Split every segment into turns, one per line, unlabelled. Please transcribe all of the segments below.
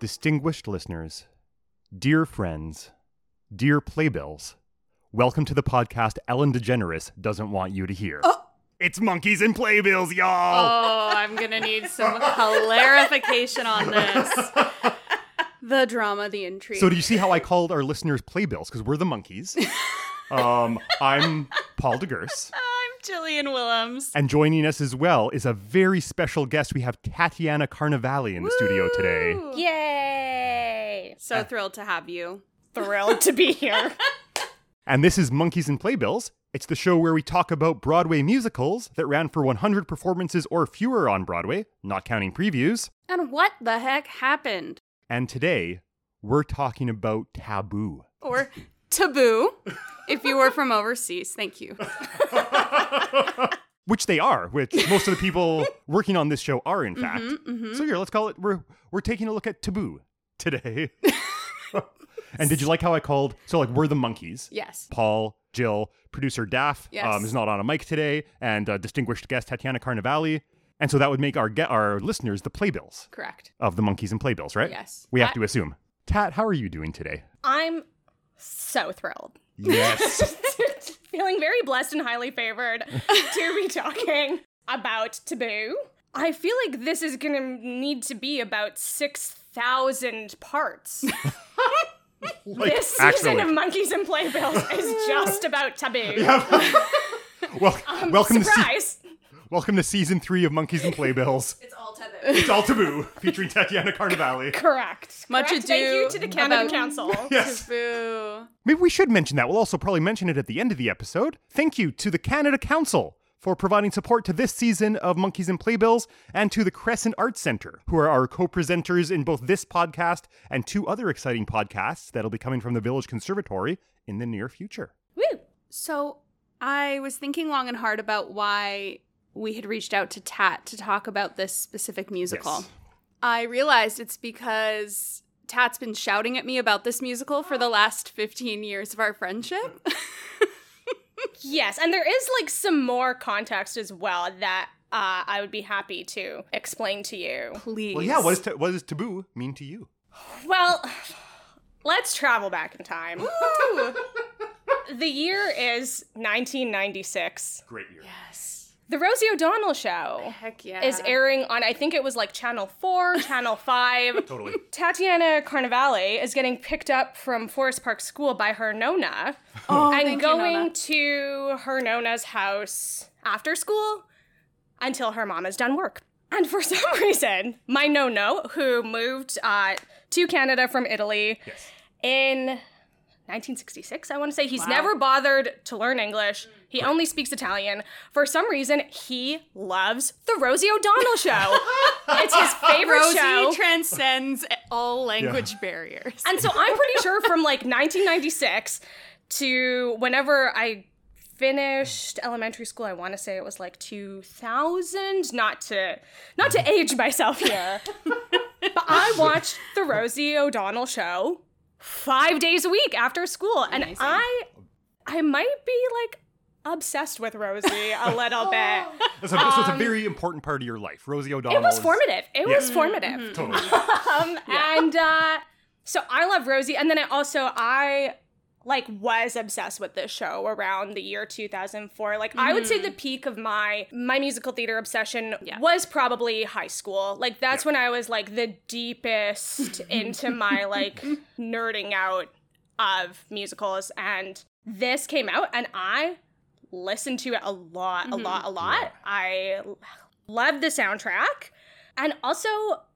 Distinguished listeners, dear friends, dear playbills, welcome to the podcast Ellen DeGeneres doesn't want you to hear. It's monkeys and playbills, y'all.
Oh, I'm gonna need some clarification on this.
The drama, the intrigue.
so do you see how I called our listeners playbills because we're the monkeys? um, I'm Paul DeGurse,
I'm Jillian Willems.
and joining us as well is a very special guest. We have Tatiana Carnevale in the studio today.
Woo!
Yay!
So thrilled to have you.
Thrilled to be here.
And this is Monkeys and Playbills. It's the show where we talk about Broadway musicals that ran for 100 performances or fewer on Broadway, not counting previews.
and what the heck happened?
And today, we're talking about Taboo.
Or
Taboo. If you were from overseas, thank you.
Which they are, which most of the people working on this show are, in fact.
mm-hmm.
So here, let's call it. We're we're taking a look at Taboo today. and did you like how I called? So like, we're the monkeys.
Yes.
Paul, Jill, producer Daff
Yes.
um, is not on a mic today, and uh, distinguished guest Tatiana Carnevale. And so that would make our ge- our listeners the playbills
Correct.
of the monkeys and playbills, right?
Yes.
We have to assume. Tat, how are you doing today?
I'm so thrilled.
Yes.
Feeling very blessed and highly favored to be talking about taboo. I feel like this is going to need to be about 6,000 parts.
Like,
this season
actually.
of Monkeys and Playbills is just about taboo.
Wel- welcome, to se-
Surprise!
welcome to season three of Monkeys and Playbills.
It's all taboo.
It's all taboo, featuring Tatiana Carnevale.
Correct.
Much
Correct.
ado
Thank you to the Canada
about-
Council.
Yes.
taboo.
Maybe we should mention that. We'll also probably mention it at the end of the episode. Thank you to the Canada Council for providing support to this season of Monkeys and Playbills and to the Crescent Arts Center, who are our co-presenters in both this podcast and two other exciting podcasts that'll be coming from the Village Conservatory in the near future.
Woo.
So I was thinking long and hard about why we had reached out to Tat to talk about this specific musical.
Yes.
I realized it's because Tat's been shouting at me about this musical for the last 15 years of our friendship.
Yes, and there is like some more context as well that uh, I would be happy to explain to you.
Please.
Well, yeah, what, is ta- what does taboo mean to you?
Well, let's travel back in time. the year is 1996.
Great year.
The Rosie O'Donnell show
Heck yeah.
is airing on, I think it was like Channel 4, Channel 5.
Totally.
Tatiana Carnevale is getting picked up from Forest Park School by her Nona and
Oh, thank you,
going
Nona.
to her Nona's house after school until her mom is done work. And for some reason, my Nono, who moved uh, to Canada from Italy in 1966, I want to say, he's never bothered to learn English. He only speaks Italian. For some reason, he loves the Rosie O'Donnell show. it's his favorite
Rosie
show.
transcends all language barriers.
And so I'm pretty sure from like 1996 to whenever I finished elementary school, I want to say it was like 2000. Not to not to age myself here, but I watched the Rosie O'Donnell show five days a week after school, and I I might be like obsessed with Rosie a little bit.
That's a, so it's a very important part of your life. Rosie O'Donnell.
Um, It was
is-
formative. It
Yeah. Mm-hmm.
was formative.
Totally.
Um, and uh, so I love Rosie, and then I also I like was obsessed with this show around the year 2004. Like I would say the peak of my my musical theater obsession
Yeah.
was probably high school. Like that's when I was like the deepest into my like nerding out of musicals and this came out and I listened to it a lot, a lot, a lot. I love the soundtrack. And also,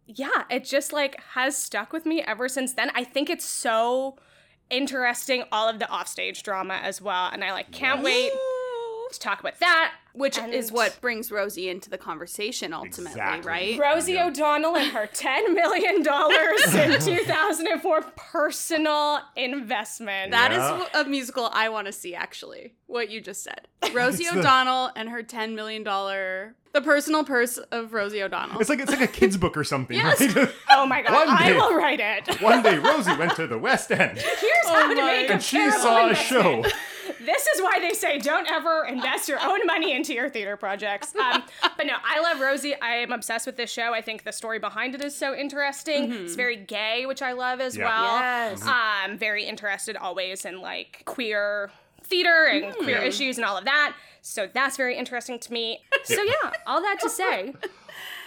yeah, it just like has stuck with me ever since then. I think it's so interesting, all of the offstage drama as well. And I like can't wait to talk about that.
Which is
And-
what brings Rosie into the conversation ultimately,
Exactly.
right?
Rosie O'Donnell and her $10 million in 2004 personal investment.
That is
Yeah.
wh- a musical I want to see, actually. What you just said, Rosie
the-
O'Donnell and her ten million dollar, the personal purse of Rosie O'Donnell.
It's like it's like a kids book or something.
Yes.
right?
oh my
One
God, I
day.
will write it. Oh
One day, Rosie went to the West End
Here's how to
my
make a
and she
terrible
saw a
investment.
show.
This is why they say don't ever invest your own money into your theater projects. Um, but no, I love Rosie. I am obsessed with this show. I think the story behind it is so interesting. It's very gay, which I love as
Yeah.
well.
Yes.
Um, very interested always in like queer theater and queer issues and all of that. So that's very interesting to me. So yeah, all that to say,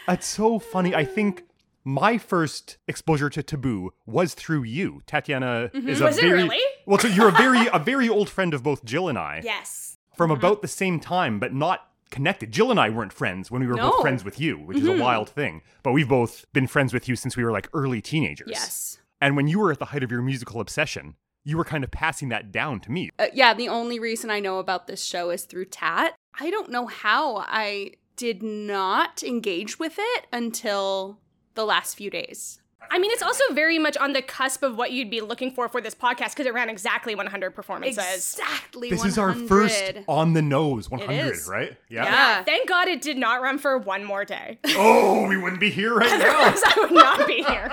It's so funny. I think my first exposure to taboo was through you. Tatiana
Mm-hmm.
is a
Was it
very
really?
well. So you're a very a very old friend of both Jill and I
yes.
from
Uh-huh.
about the same time, but not connected. Jill and I weren't friends when we were both
No. Mm-hmm.
friends with you, which is a wild thing. But we've both been friends with you since we were like early teenagers.
Yes.
And when you were at the height of your musical obsession, you were kind of passing that down to me.
Uh, yeah, the only reason I know about this show is through Tat. I don't know how I did not engage with it until the last few days.
I mean, it's also very much on the cusp of what you'd be looking for for this podcast because it ran exactly 100 performances.
Exactly.
This is our first
100.
on the nose 100,
is.
right?
Yeah.
Uh, Thank God it did not run for one more day.
Oh, we wouldn't be here right now.
Because I would not be here.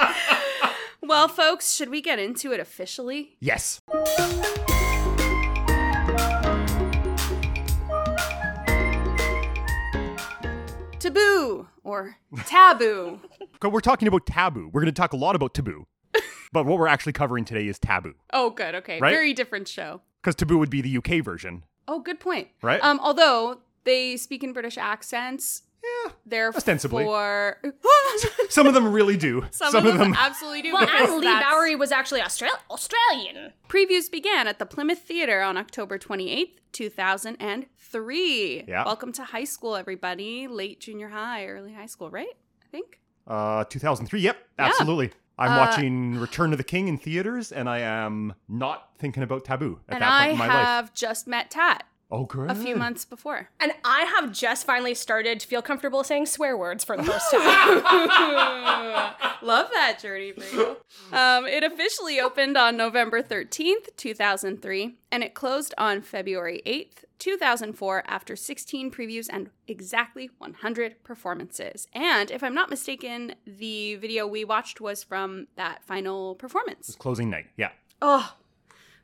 Well, folks, should we get into it officially?
yes.
Taboo or taboo.
Okay, We're talking about taboo. We're going to talk a lot about taboo. but what we're actually covering today is taboo.
oh, good. Okay.
Right?
Very different show.
Because taboo would be the UK version.
Oh, good point.
Right?
Um, although they speak in British accents,
Yeah.
therefore,
Ostensibly.
some,
Some of them really do.
of them, absolutely do.
Well,
because
and Lee
that's-
Bowery was actually Austral- Australian.
Previews began at the Plymouth Theater on October 28th, 2003.
Yeah.
Welcome to high school, everybody. Late junior high, early high school, right? I think.
Uh, 2003. Yep, absolutely.
Uh,
I'm watching Return of the King in theaters, and I am not thinking about taboo at
and
that
I
point in my life.
have just met Tat
Oh, good.
a few months before.
And I have just finally started to feel comfortable saying swear words for the first time.
Love that journey for you. Um, it officially opened on November 13th, 2003, and it closed on February 8th, 2004, after 16 previews and exactly 100 performances. And if I'm not mistaken, the video we watched was from that final performance.
Closing night. Yeah.
Oh,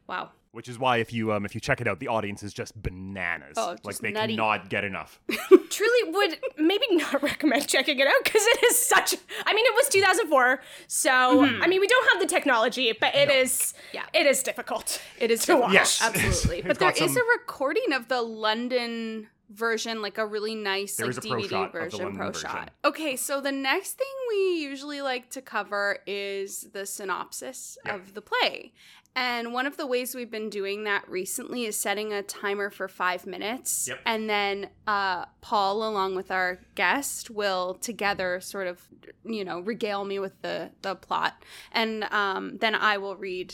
wow.
Which is why if you um if you check it out, the audience is just bananas.
Oh,
like
just
they
nutty.
cannot get enough.
Truly would maybe not recommend checking it out because it is such. I mean, it was 2004, so I mean, we don't have the technology, but it is.
Yeah.
it is difficult.
It is
to
difficult,
watch.
Yes.
absolutely.
It's
but there
got
is
some-
a recording of the London version, like a really nice
There is
like
a pro
DVD
shot of the
version,
London
pro
version.
shot. Okay, so the next thing we usually like to cover is the synopsis
Yeah.
of the play. And one of the ways we've been doing that recently is setting a timer for five minutes.
Yep.
And then uh, Paul, along with our guest, will together sort of, you know, regale me with the, the plot. And um, then I will read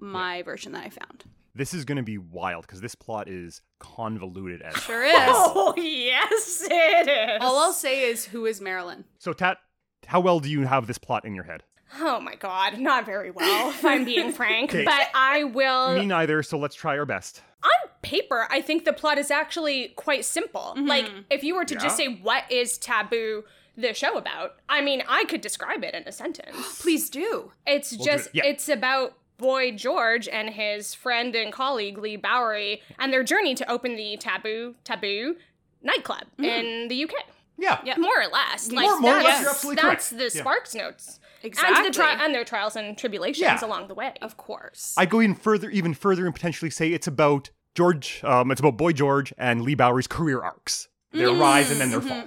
my version that I found.
This is gonna be wild because this plot is convoluted as
Sure is.
Oh yes, it is.
All I'll say is, who is Marilyn?
So Tat, how well do you have this plot in your head?
Oh my god, not very well, if I'm being frank.
Okay.
But I will.
Me neither, so let's try our best.
on paper, I think the plot is actually quite simple.
Mm-hmm.
Like, if you were to just say, what is taboo? The show about. I mean, I could describe it in a sentence.
Please do.
It's
do
just,
it. Yeah.
it's about boy George and his friend and colleague Lee Bowery and their journey to open the taboo, taboo nightclub in the UK.
Yeah.
Yeah.
More or less. Like,
Mm-hmm. More- more or less,
that's,
you're absolutely
that's
correct.
the
Yeah.
Sparks notes. And,
Exactly.
to the tri- and their trials and tribulations
Yeah.
along the way.
Of course.
I go even further even further and potentially say it's about George, um, it's about Boy George and Lee Bowery's career arcs. Their
Mm-hmm,
rise and then their fall.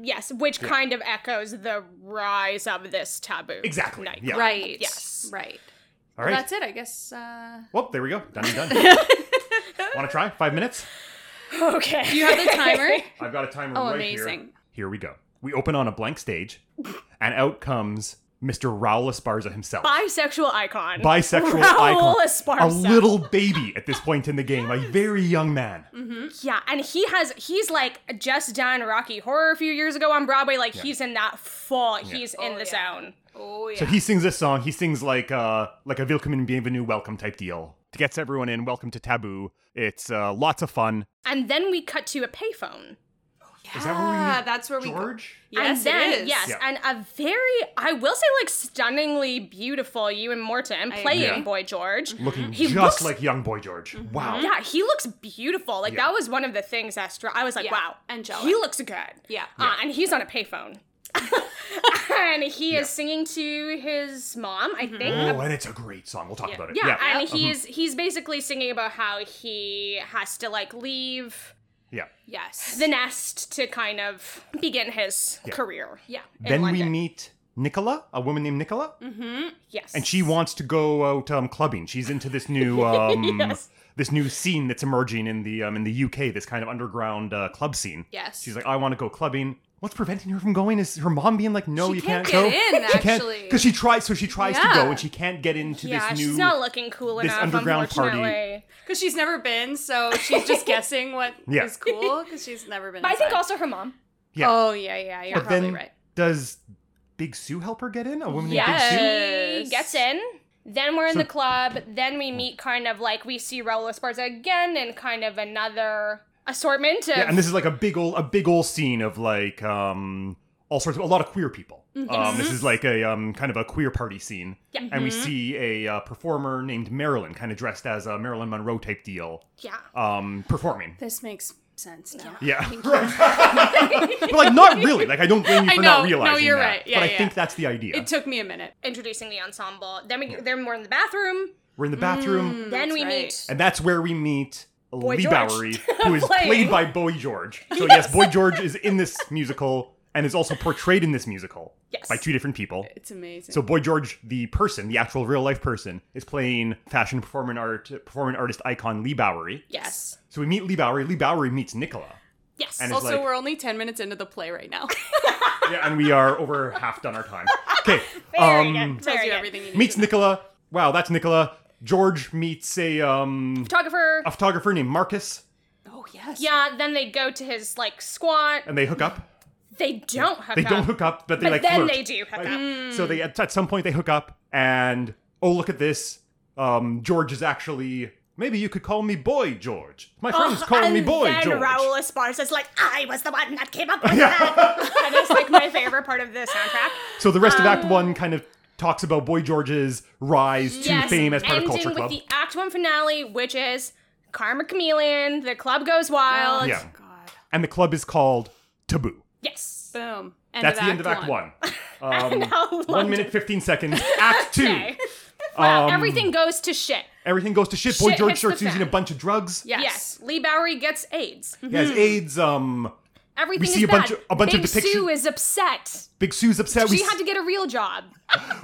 Yes, which kind of echoes the rise of this taboo.
Exactly,
Night.
yeah.
right.
Yes.
Right.
All right.
That's it, I guess. Uh,
Well, there we go. Done and done. Want to try? Five minutes?
Okay.
you have the timer.
I've got a timer
Oh,
right here.
amazing.
Here we go. We open on a blank stage, and out comes Mr. Raul Esparza himself.
Bisexual icon.
Bisexual
Raul
icon.
Esparza.
A little baby at this point in the game. A very young man.
Yeah, and he has he's like just done Rocky Horror a few years ago on Broadway. Like he's in that full. He's in the zone.
Oh yeah.
So he sings this song. He sings like uh like a Willkommen Bienvenue welcome type deal. Gets everyone in. Welcome to Taboo. It's uh, lots of fun.
And then we cut to a payphone.
Yeah,
Is that where we meet
that's where we go.
George?
Yes,
and then,
it is.
yes,
Yeah.
and a very, I will say, like stunningly beautiful Ewan Morton
I
playing
agree. Mm.
Boy George.
Looking
He
just
looks-
like young boy George.
Mm-hmm.
Wow.
Yeah, he looks beautiful. Like
Yeah.
that was one of the things that struck. I was like,
Yeah,
wow,
angelic.
He looks good.
Yeah.
uh, and he's on a payphone, and he is singing to his mom.
Mm-hmm.
I think.
Oh, and it's a great song. We'll talk about it.
Yeah,
Yeah. Uh-huh.
and he's he's basically singing about how he has to like leave
yeah.
Yes.
the nest to kind of begin his career.
yeah.
Then we
London.
meet Nicola, a woman named Nicola,
Mm-hmm.
Yes,
and she wants to go out um, clubbing. She's into this new um,
Yes.
this new scene that's emerging in the um, in the UK. This kind of underground uh, club scene.
Yes.
She's like, I want to go clubbing. What's preventing her from going? Is her mom being like, No,
She
you
can't
can't,
get
go.
in,
she can't
actually.
because she tries. So she tries to
Yeah.
go, and she can't get into
yeah,
this new.
she's not looking cool
this
enough.
underground party.
unfortunately.
Because she's never been, so she's just guessing what is
Yeah.
cool because she's never been.
But I think
inside.
also her mom.
yeah.
Oh yeah, yeah, you're
but
probably
then
right.
does Big Sue help her get in? A woman named Big Sue.
Yes.
Yes.
She gets in. Then we're in
So-
the club. Then we meet kind of like we see Raul Esparza again in kind of another assortment of
Yeah, and this is like a big old a big old scene of like um all sorts of a lot of queer people.
Mm-hmm.
Um, this is like a um kind of a queer party scene.
Yeah.
And
Mm-hmm.
we see a uh, performer named Marilyn, kind of dressed as a Marilyn Monroe type deal,
yeah.
um, performing.
This makes sense now.
Yeah, right. but like not really. Like I don't blame you
I
for not
know. No,
realizing
you're
that.
right. Yeah,
but I
yeah.
think that's the idea.
It took me a minute.
introducing the ensemble. Then we then we're in the bathroom.
We're in the bathroom,
Mm.
then we
right.
meet
and that's where we meet Lee
George.
Bowery, who is
Playing.
played by Boy George. So yes, Boy George is in this musical and is also portrayed in this musical
Yes.
by two different people.
It's amazing.
So Boy George, the person, the actual real life person, is playing fashion performing art performing artist icon Lee Bowery.
yes.
So we meet Lee Bowery. Lee Bowery meets Nicola.
Yes.
And it's
also,
like-
we're only ten minutes into the play right now.
Yeah, and we are over half done our time. Okay. um,
Very good.
Tells
Very
you
good.
everything you need.
meets
to know.
Nicola. Wow, that's Nicola. George meets a um
Photographer.
a photographer named Marcus,
Oh yes.
yeah, then they go to his like squat.
and they hook up.
They don't hook
They
up.
don't hook up, but they
Uh-huh.
like
but then
flirt.
they do hook
Like,
up.
So they at, at some point they hook up, and oh look at this. Um, George is actually maybe you could call me Boy George. My friends call me
Oh, and
Boy
then
George.
Raul Esparza's like, I was the one that came up with
Yeah.
that. and it's like my favorite part of the soundtrack.
So the rest of
um,
Act One kind of talks about Boy George's rise to fame as part of
ending
Culture
with
Club.
the Act One finale, which is Karma Chameleon. The club goes wild.
Yeah.
Oh, God.
and the club is called Taboo.
Yes.
Boom. End
That's
of
the end of Act One. Um,
Now
one
London-
minute fifteen seconds. Act Two.
Okay. Wow,
Um,
everything goes to shit.
Everything goes to shit. Boy
Shit
George
hits
starts
the
using a
fan.
bunch of drugs.
Yes.
Yes. Lee Bowery gets AIDS.
He has AIDS. Um,
Everything
We see
is
a bunch
bad.
of- a bunch of
Big
depiction-
Sue is upset.
Big Sue's upset.
She
we,
had to get a real job.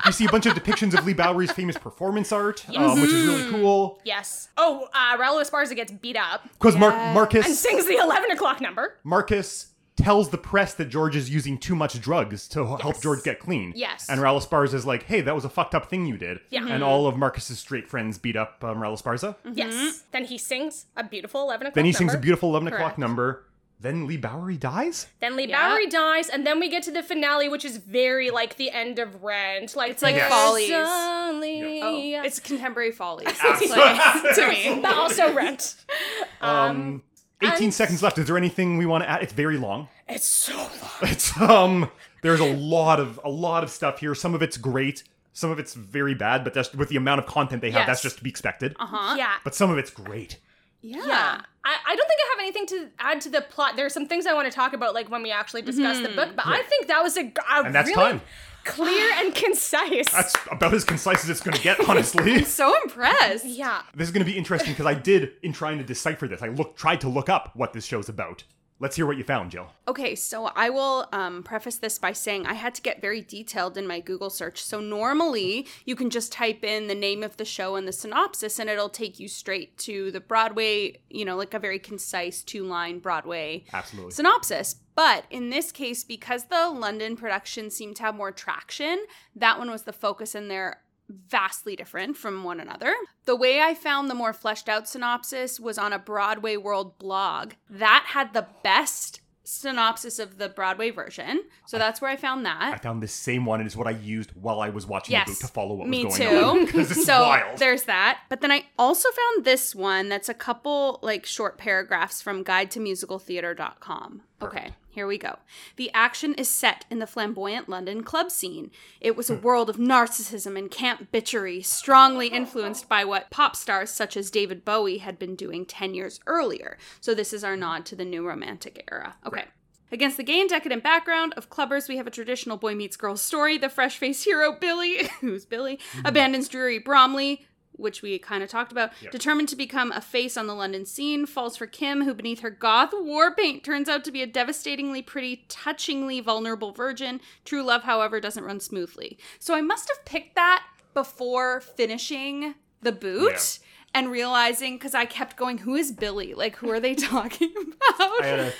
we see a bunch of depictions of Lee Bowery's famous performance art, um, which is
Hmm.
really cool.
Yes. Oh, uh, Raul Esparza gets beat up
Because Mar-
Yeah.
Marcus
and sings the 11 o'clock number.
Marcus tells the press that George is using too much drugs to h- help George get clean.
Yes.
And Raul Esparza is like, hey, that was a fucked up thing you did.
Yeah. Mm-hmm.
And all of Marcus's straight friends beat up um, Raul Esparza.
Mm-hmm.
Yes. Then he sings a beautiful 11 o'clock
Then he
number.
sings a beautiful 11 o'clock
Correct.
number. Then Lee Bowery dies?
Then Lee
Yeah.
Bowery dies, and then we get to the finale, which is very like the end of Rent. Like it's
like
Yes.
Follies.
Only
Oh,
us.
it's contemporary follies. It's like,
Absolutely.
to me.
but also Rent.
Um, 18
and-
seconds left. Is there anything we want to add? It's very long.
It's so long.
It's um there's a lot of a lot of stuff here. Some of it's great, some of it's very bad, but that's with the amount of content they have,
Yes.
that's just to be expected.
Huh?
Yeah.
But some of it's great.
Yeah.
Yeah. I, I don't think I have anything to add to the plot. There are some things I want to talk about, like when we actually discuss
Mm-hmm.
the book, but I think that was a, g- a
And that's
really
time.
clear and concise.
That's about as concise as it's going to get, honestly.
So impressed.
yeah.
this is going to be interesting because I did, in trying to decipher this, I looked, tried to look up what this show's about. Let's hear what you found, Jill.
Okay, so I will um, preface this by saying I had to get very detailed in my Google search. So normally you can just type in the name of the show and the synopsis, and it'll take you straight to the Broadway, you know, like a very concise two line Broadway
Absolutely.
synopsis. But in this case, because the London production seemed to have more traction, that one was the focus, and they're vastly different from one another. The way I found the more fleshed out synopsis was on a Broadway World blog that had the best synopsis of the Broadway version. So that's where I found
I
that.
found this same one, and it's what I used while I was watching the book
Yes.
to follow what
Me
was
too.
going on. Because it's
so
wild.
there's that. But then I also found this one that's a couple like short paragraphs from guide to musicaltheater.com. Okay, Here we go. The action is set in the flamboyant London club scene. It
Hmm.
was a world of narcissism and camp bitchery, strongly influenced by what pop stars such as David Bowie had been doing 10 years earlier. So, this is our nod to the new romantic era. Okay. Against the gay and decadent background of clubbers, we have a traditional boy meets girl story. The fresh faced hero, Billy, who's Billy,
Mm-hmm.
abandons dreary Bromley, which we kind of talked about, determined to become a face on the London scene, falls for Kim, who beneath her goth war paint turns out to be a devastatingly pretty, touchingly vulnerable virgin. True love, however, doesn't run smoothly. So I must have picked that before finishing the boot. And realizing, because I kept going, who is Billy? Like, who are they talking about?
I had a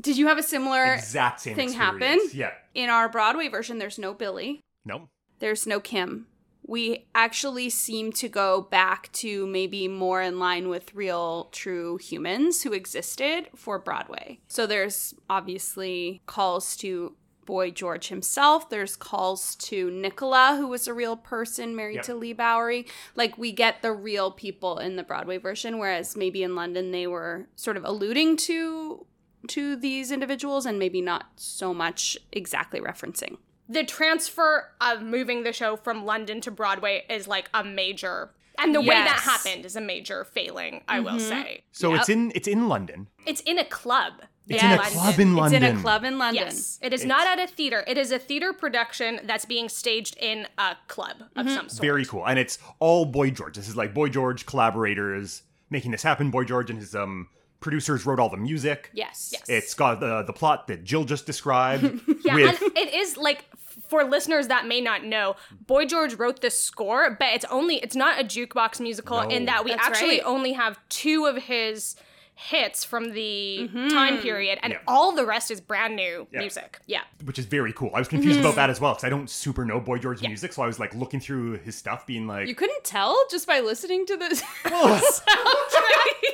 Did you have a similar
exact same
Thing
experience.
happened?
Yeah.
in our Broadway version, there's no Billy,
No.
there's no Kim. We actually seem to go back to maybe more in line with real, true humans who existed for Broadway. So there's obviously calls to Boy George himself. There's calls to Nicola, who was a real person married
Yep.
to Lee Bowery. Like we get the real people in the Broadway version, whereas maybe in London they were sort of alluding to to these individuals and maybe not so much exactly referencing.
the transfer of moving the show from London to Broadway is like a major and the way that
Yes.
happened is a major failing, I will say.
So it's in it's in London.
It's in a club.
It's in a
Yes.
club in
It's
London.
in a club in London.
Yes. It is not at a theater. It is a theater production that's being staged in a club of some sort.
Very cool. And it's all Boy George. This is like Boy George collaborators making this happen. Boy George and his um producers wrote all the music.
Yes.
Yes.
It's got the the plot that Jill just described.
yeah,
with
and it is like for listeners that may not know, Boy George wrote this score, but it's only it's not a jukebox musical
No.
in that we
That's
actually
right.
only have two of his hits from the
Mm-hmm.
time period and
Yeah.
all the rest is brand new
Yeah.
music. Yeah.
which is very cool. I was confused
Mm-hmm.
about that as well because I don't super know Boy George's music, so I was like looking through his stuff, being like,
You couldn't tell just by listening to this.
Oh.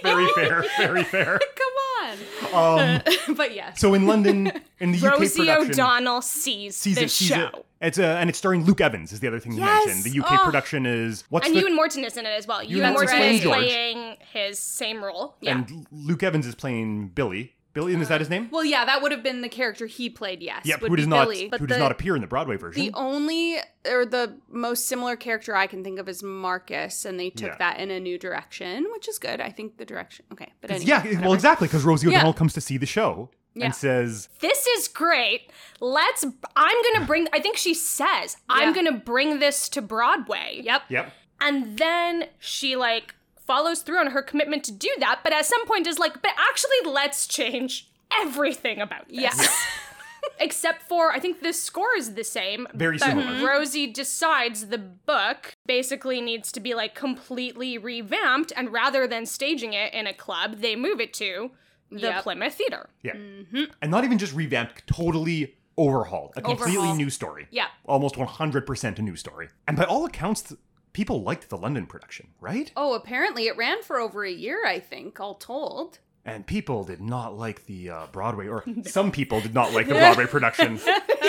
"Very fair, very fair."
Come
Um,
on. but yes.
so in London, in the UK
Rosie
production,
O'Donnell sees,
sees
the
it, sees
show.
it. It's uh, and it's starring Luke Evans is the other thing you
Yes!
mentioned. The UK
Oh.
production is what's
And
the
Ewan Morton is in it as well. Ewan,
Ewan
Morton
Morton
is
plays George.
playing his same role. Yeah.
and Luke Evans is playing Billy. Billy, and is that his name?
well, yeah, that would have been the character he played. Yes.
yep,
would
who does
be
not
Billy.
who
But
does
the,
not appear in the Broadway version.
the only or the most similar character I can think of is Marcus, and they took
Yeah.
that in a new direction, which is good. I think the direction. Okay, but anyway.
yeah, well, exactly because Rosie
Yeah.
O'Donnell comes to see the show
Yeah.
and says,
this is great. Let's. I'm gonna bring. I think she says I'm
Yeah.
gonna bring this to Broadway.
Yep.
"Yep,
And then she like follows through on her commitment to do that, but at some point is like, but actually, let's change everything about this.
Yes.
Except for I think the score is the same.
Very
but
Mm-hmm.
similar.
Rosie decides the book basically needs to be like completely revamped, and rather than staging it in a club, they move it to the
Yep.
Plymouth Theater.
yeah,"
Mm-hmm.
and not even just revamped, totally overhauled, a completely
Overhaul.
new story.
Yeah.
almost 100% a new story. And by all accounts, th- people liked the London production, right?
Oh, apparently it ran for over a year. I think, all told.
And people did not like the uh, Broadway, or some people did not like the Broadway production.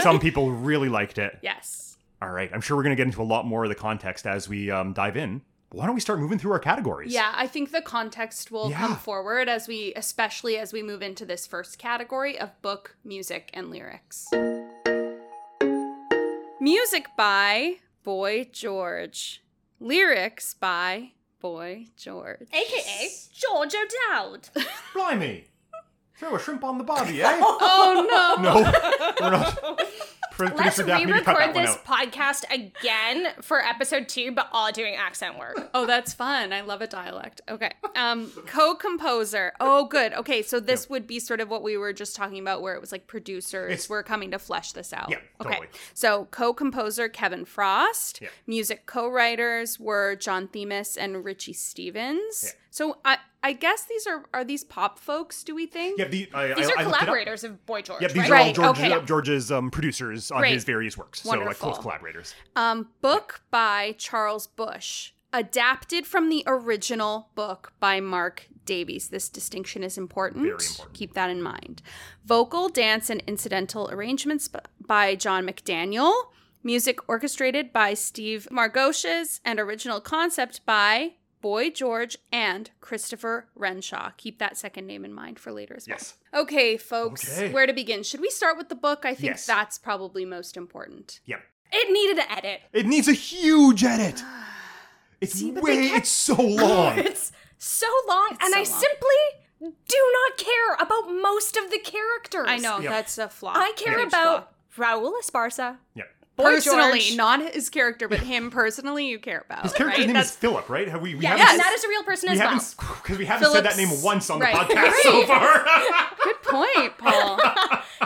some people really liked it.
Yes.
All right, I'm sure we're going to get into a lot more of the context as we um, dive in. Why don't we start moving through our categories?
Yeah, I think the context will
Yeah.
come forward as we, especially as we move into this first category of book, music, and lyrics. Music by Boy George. Lyrics by Boy George.
aka George O'Dowd.
Blimey! Throw a shrimp on the body, eh?
Oh no!
no, we're not. Pro-
Let's
Producer Daphne, cut
re-record
that one
this
out.
podcast again for episode two, but all doing accent work.
Oh, that's fun. I love a dialect. Okay. Um, co-composer. Oh, good. Okay, so this would be sort of what we were just talking about, where it was like producers
It's-
were coming to flesh this out.
Yeah,
Okay.
totally.
So co-composer Kevin Frost.
Yeah.
Music co-writers were John Themis and Richie Stevens.
Yeah.
So I I guess these are are these pop folks? Do we think?
Yeah, the, I,
These
I,
are
I looked it up.
collaborators of Boy George,
Yep, these
right?
Right,
are all George,
okay.
uh, George's um, producers on
Great.
his various works. So, like,
Wonderful.
close collaborators.
Um, book by Charles Bush, adapted from the original book by Mark Davies. This distinction is important.
Very important.
Keep that in mind. Vocal, dance, and incidental arrangements b- by John McDaniel. Music orchestrated by Steve Margoshes and original concept by Boy George and Christopher Renshaw. Keep that second name in mind for later as well.
Yes.
Okay, folks,
Okay.
where to begin? Should we start with the book? I think
Yes.
that's probably most important.
Yep.
It needed an edit.
It needs a huge edit. It's
but they
way.
kept-
It's so long.
it's so long, and
so
I
long.
simply do not care about most of the characters.
I know,
Yep.
that's a flaw.
I care
Huge
about
flaw.
Raul Esparza.
yeah.
Boy
personally,
George.
not his character, but him personally you care about.
His character's
right?
name
That's-
is Philip, right? Have we? we
Yeah,
haven't,
and that is a real person
we
as well.
haven't because we haven't said that name
Phillips-
once on
right.
the podcast so far.
Good point, Paul.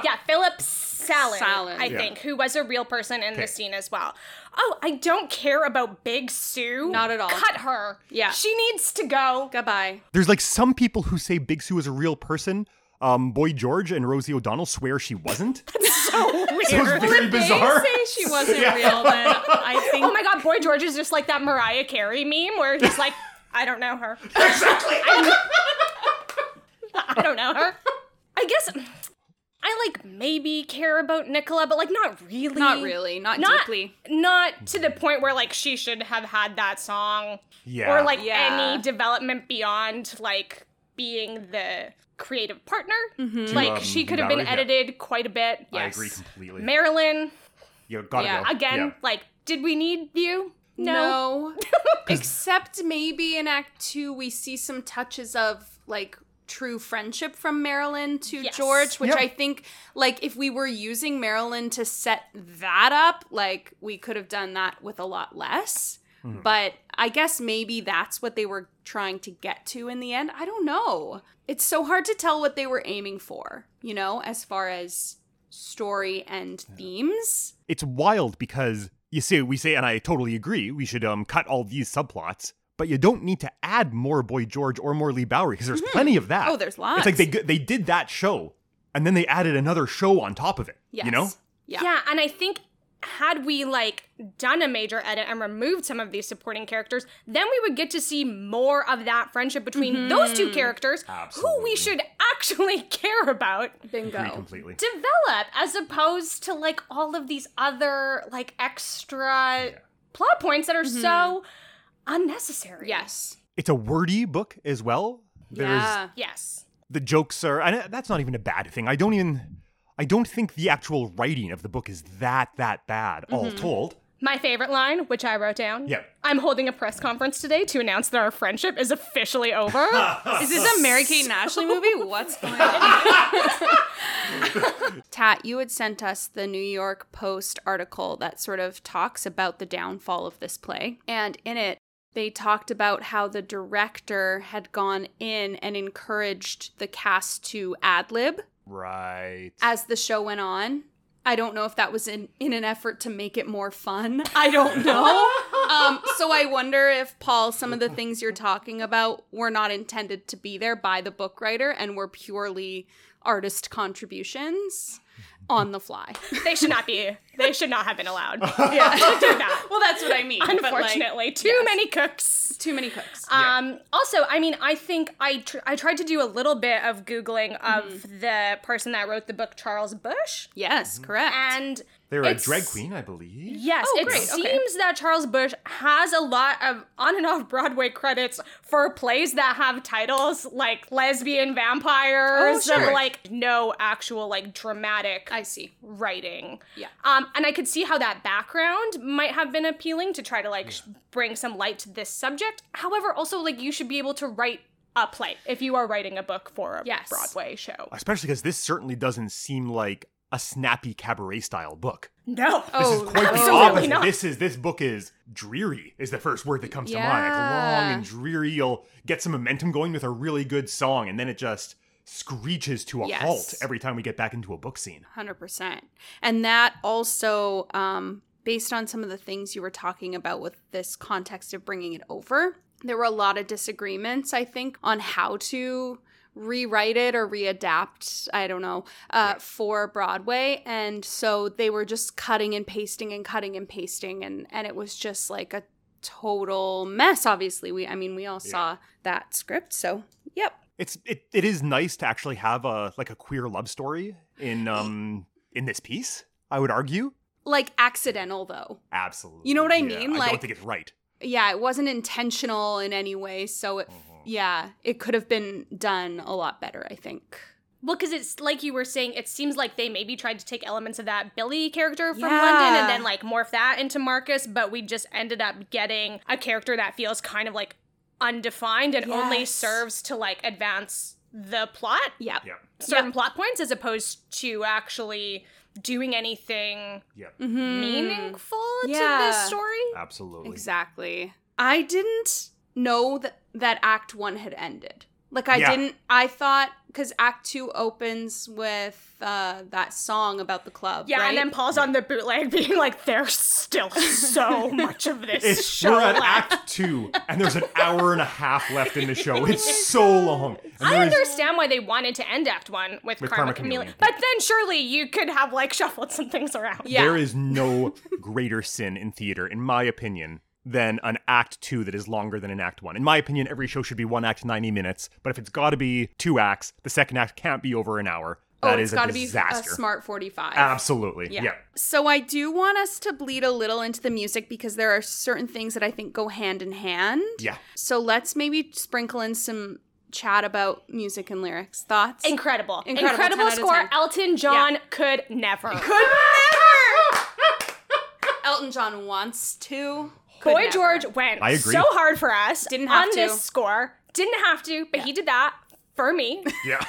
yeah, Philip Salin,
Salin.
I
Yeah.
think, who was a real person in this scene as well. Oh, I don't care about Big Sue.
Not at all.
Cut her.
Yeah.
She needs to go.
Goodbye.
There's like some people who say Big Sue is a real person. Um, Boy George and Rosie O'Donnell swear she wasn't.
So weird.
Sounds very bizarre.
They say she wasn't real, then I think
oh my god, Boy George is just like that Mariah Carey meme where he's like, I don't know her.
exactly.
I don't know her. I guess I like maybe care about Nicola, but like not really.
not really, not, deeply.
Not to the point where like she should have had that song.
Yeah.
Or like
Yeah.
any development beyond like being the creative partner.
Mm-hmm.
To,
Like
um,
she could have been
Valerie, yeah.
edited quite a bit.
I
Yes.
agree completely.
Marilyn,
you gotta
Yeah,
go.
again,
Yeah.
like, did we need you?
No. Except maybe in Act Two, we see some touches of like true friendship from Marilyn to
Yes.
George, which
Yeah.
I think, like, if we were using Marilyn to set that up, like, we could have done that with a lot less.
Hmm.
But I guess maybe that's what they were trying to get to in the end. I don't know. It's so hard to tell what they were aiming for, you know, as far as story and themes.
it's wild because you say we say and i totally agree we should um cut all these subplots but you don't need to add more boy george or more lee bowery because there's plenty of that
Oh, there's lots.
Ah, it's like they they did that show and then they added another show on top of it
Yes.
you know
Yeah.
Yeah, and I think had we like done a major edit and removed some of these supporting characters, then we would get to see more of that friendship between those two characters who
Absolutely.
we should actually care about
Bingo.
Agree completely
develop as opposed to like all of these other like extra plot points that are so unnecessary.
Yes.
it's a wordy book as well there's
yeah.
Yes.
the jokes are and that's not even a bad thing i don't even i don't think the actual writing of the book is that that bad all
Mm-hmm.
told
My favorite line, which I wrote down.
Yeah.
I'm holding a press conference today to announce that our friendship is officially over.
Is this a Mary Kate and Ashley movie? What's going on? Tat, you had sent us the New York Post article that sort of talks about the downfall of this play. And in it, they talked about how the director had gone in and encouraged the cast to ad lib
right
as the show went on. I don't know if that was in, in an effort to make it more fun. I
Oh,
don't know. um, so I wonder if, Paul, some of the things you're talking about were not intended to be there by the book writer and were purely artist contributions on the fly.
They should not be. They should not have been allowed to do that.
well, that's what I mean. But
Unfortunately,
like,
too many cooks.
too many cooks.
Um, also, I mean, I think I tr- I tried to do a little bit of googling of
Mm-hmm.
the person that wrote the book, Charles Bush,
yes, correct.
and
they're a
it's-
drag queen i believe
Yes,
Oh,
it
great, okay.
seems that Charles Bush has a lot of on and off Broadway credits for plays that have titles like lesbian vampires
Oh, sure.
and like no actual like dramatic
I see.
writing.
Yeah.
Um, and I could see how that background might have been appealing to try to like sh- bring some light to this subject. However, also like you should be able to write a play if you are writing a book for a
Yes.
Broadway show.
especially because this certainly doesn't seem like a snappy cabaret style book.
No.
This
Oh,
is quite the
no.
opposite.
not.
This is this book is dreary is the first word that comes to mind. Like long
Yeah.
and dreary. You'll get some momentum going with a really good song, and then it just screeches to a
Yes.
halt every time we get back into a book scene.
Hundred percent, and that also, um, based on some of the things you were talking about with this context of bringing it over, there were a lot of disagreements. I think on how to rewrite it or readapt. I don't know uh, for Broadway, and so they were just cutting and pasting and cutting and pasting, and and it was just like a total mess. Obviously, we I mean we all saw that script, so yep,
It's it, it is nice to actually have a like a queer love story in um in this piece. I would argue
like accidental though.
absolutely.
what I
yeah.
mean?
I don't
Like-
think it's right.
yeah, it wasn't intentional in any way. So it,
Mm-hmm.
yeah, it could have been done a lot better, I think.
Well, because it's like you were saying, it seems like they maybe tried to take elements of that Billy character from
Yeah.
London and then like morph that into Marcus, but we just ended up getting a character that feels kind of like undefined and only
Yes.
serves to like advance the plot,
Yeah.
Yeah.
certain plot points, as opposed to actually doing anything
Yeah.
Mhm.
meaningful to
Yeah.
the story.
Absolutely.
Exactly. I didn't know that that Act 1 had ended. Like I
Yeah.
didn't I thought cuz Act 2 opens with uh that song about the club,
Yeah,
right?
and then Paul's on the bootleg being like, there's still so much of this
It's
show
we're at
left.
Act Two, and there's an hour and a half left in the show. It's so long. And
I
there is-
understand why they wanted to end Act One with,
With Karma
Karma,
Chameleon.
Chameleon, but then surely you could have like shuffled some things around.
Yeah.
There is no greater sin in theater, in my opinion, than an act two that is longer than an act one. In my opinion, every show should be one act, 90 minutes, but if it's got to be two acts, the second act can't be over an hour.
oh,
That
it's
is
got
a
to be a
disaster.
smart 45.
Absolutely. Yeah.
Yeah. So I do want us to bleed a little into the music because there are certain things that I think go hand in hand.
Yeah.
So let's maybe sprinkle in some chat about music and lyrics. Thoughts?
Incredible.
Incredible, 10
Incredible
out of
score.
10.
Elton John could never. Could
Elton John wants to.
Boy
never.
George went
I agree.
so hard for us
Didn't
on
have to.
this score. Didn't have to, but he did that for me.
Yeah.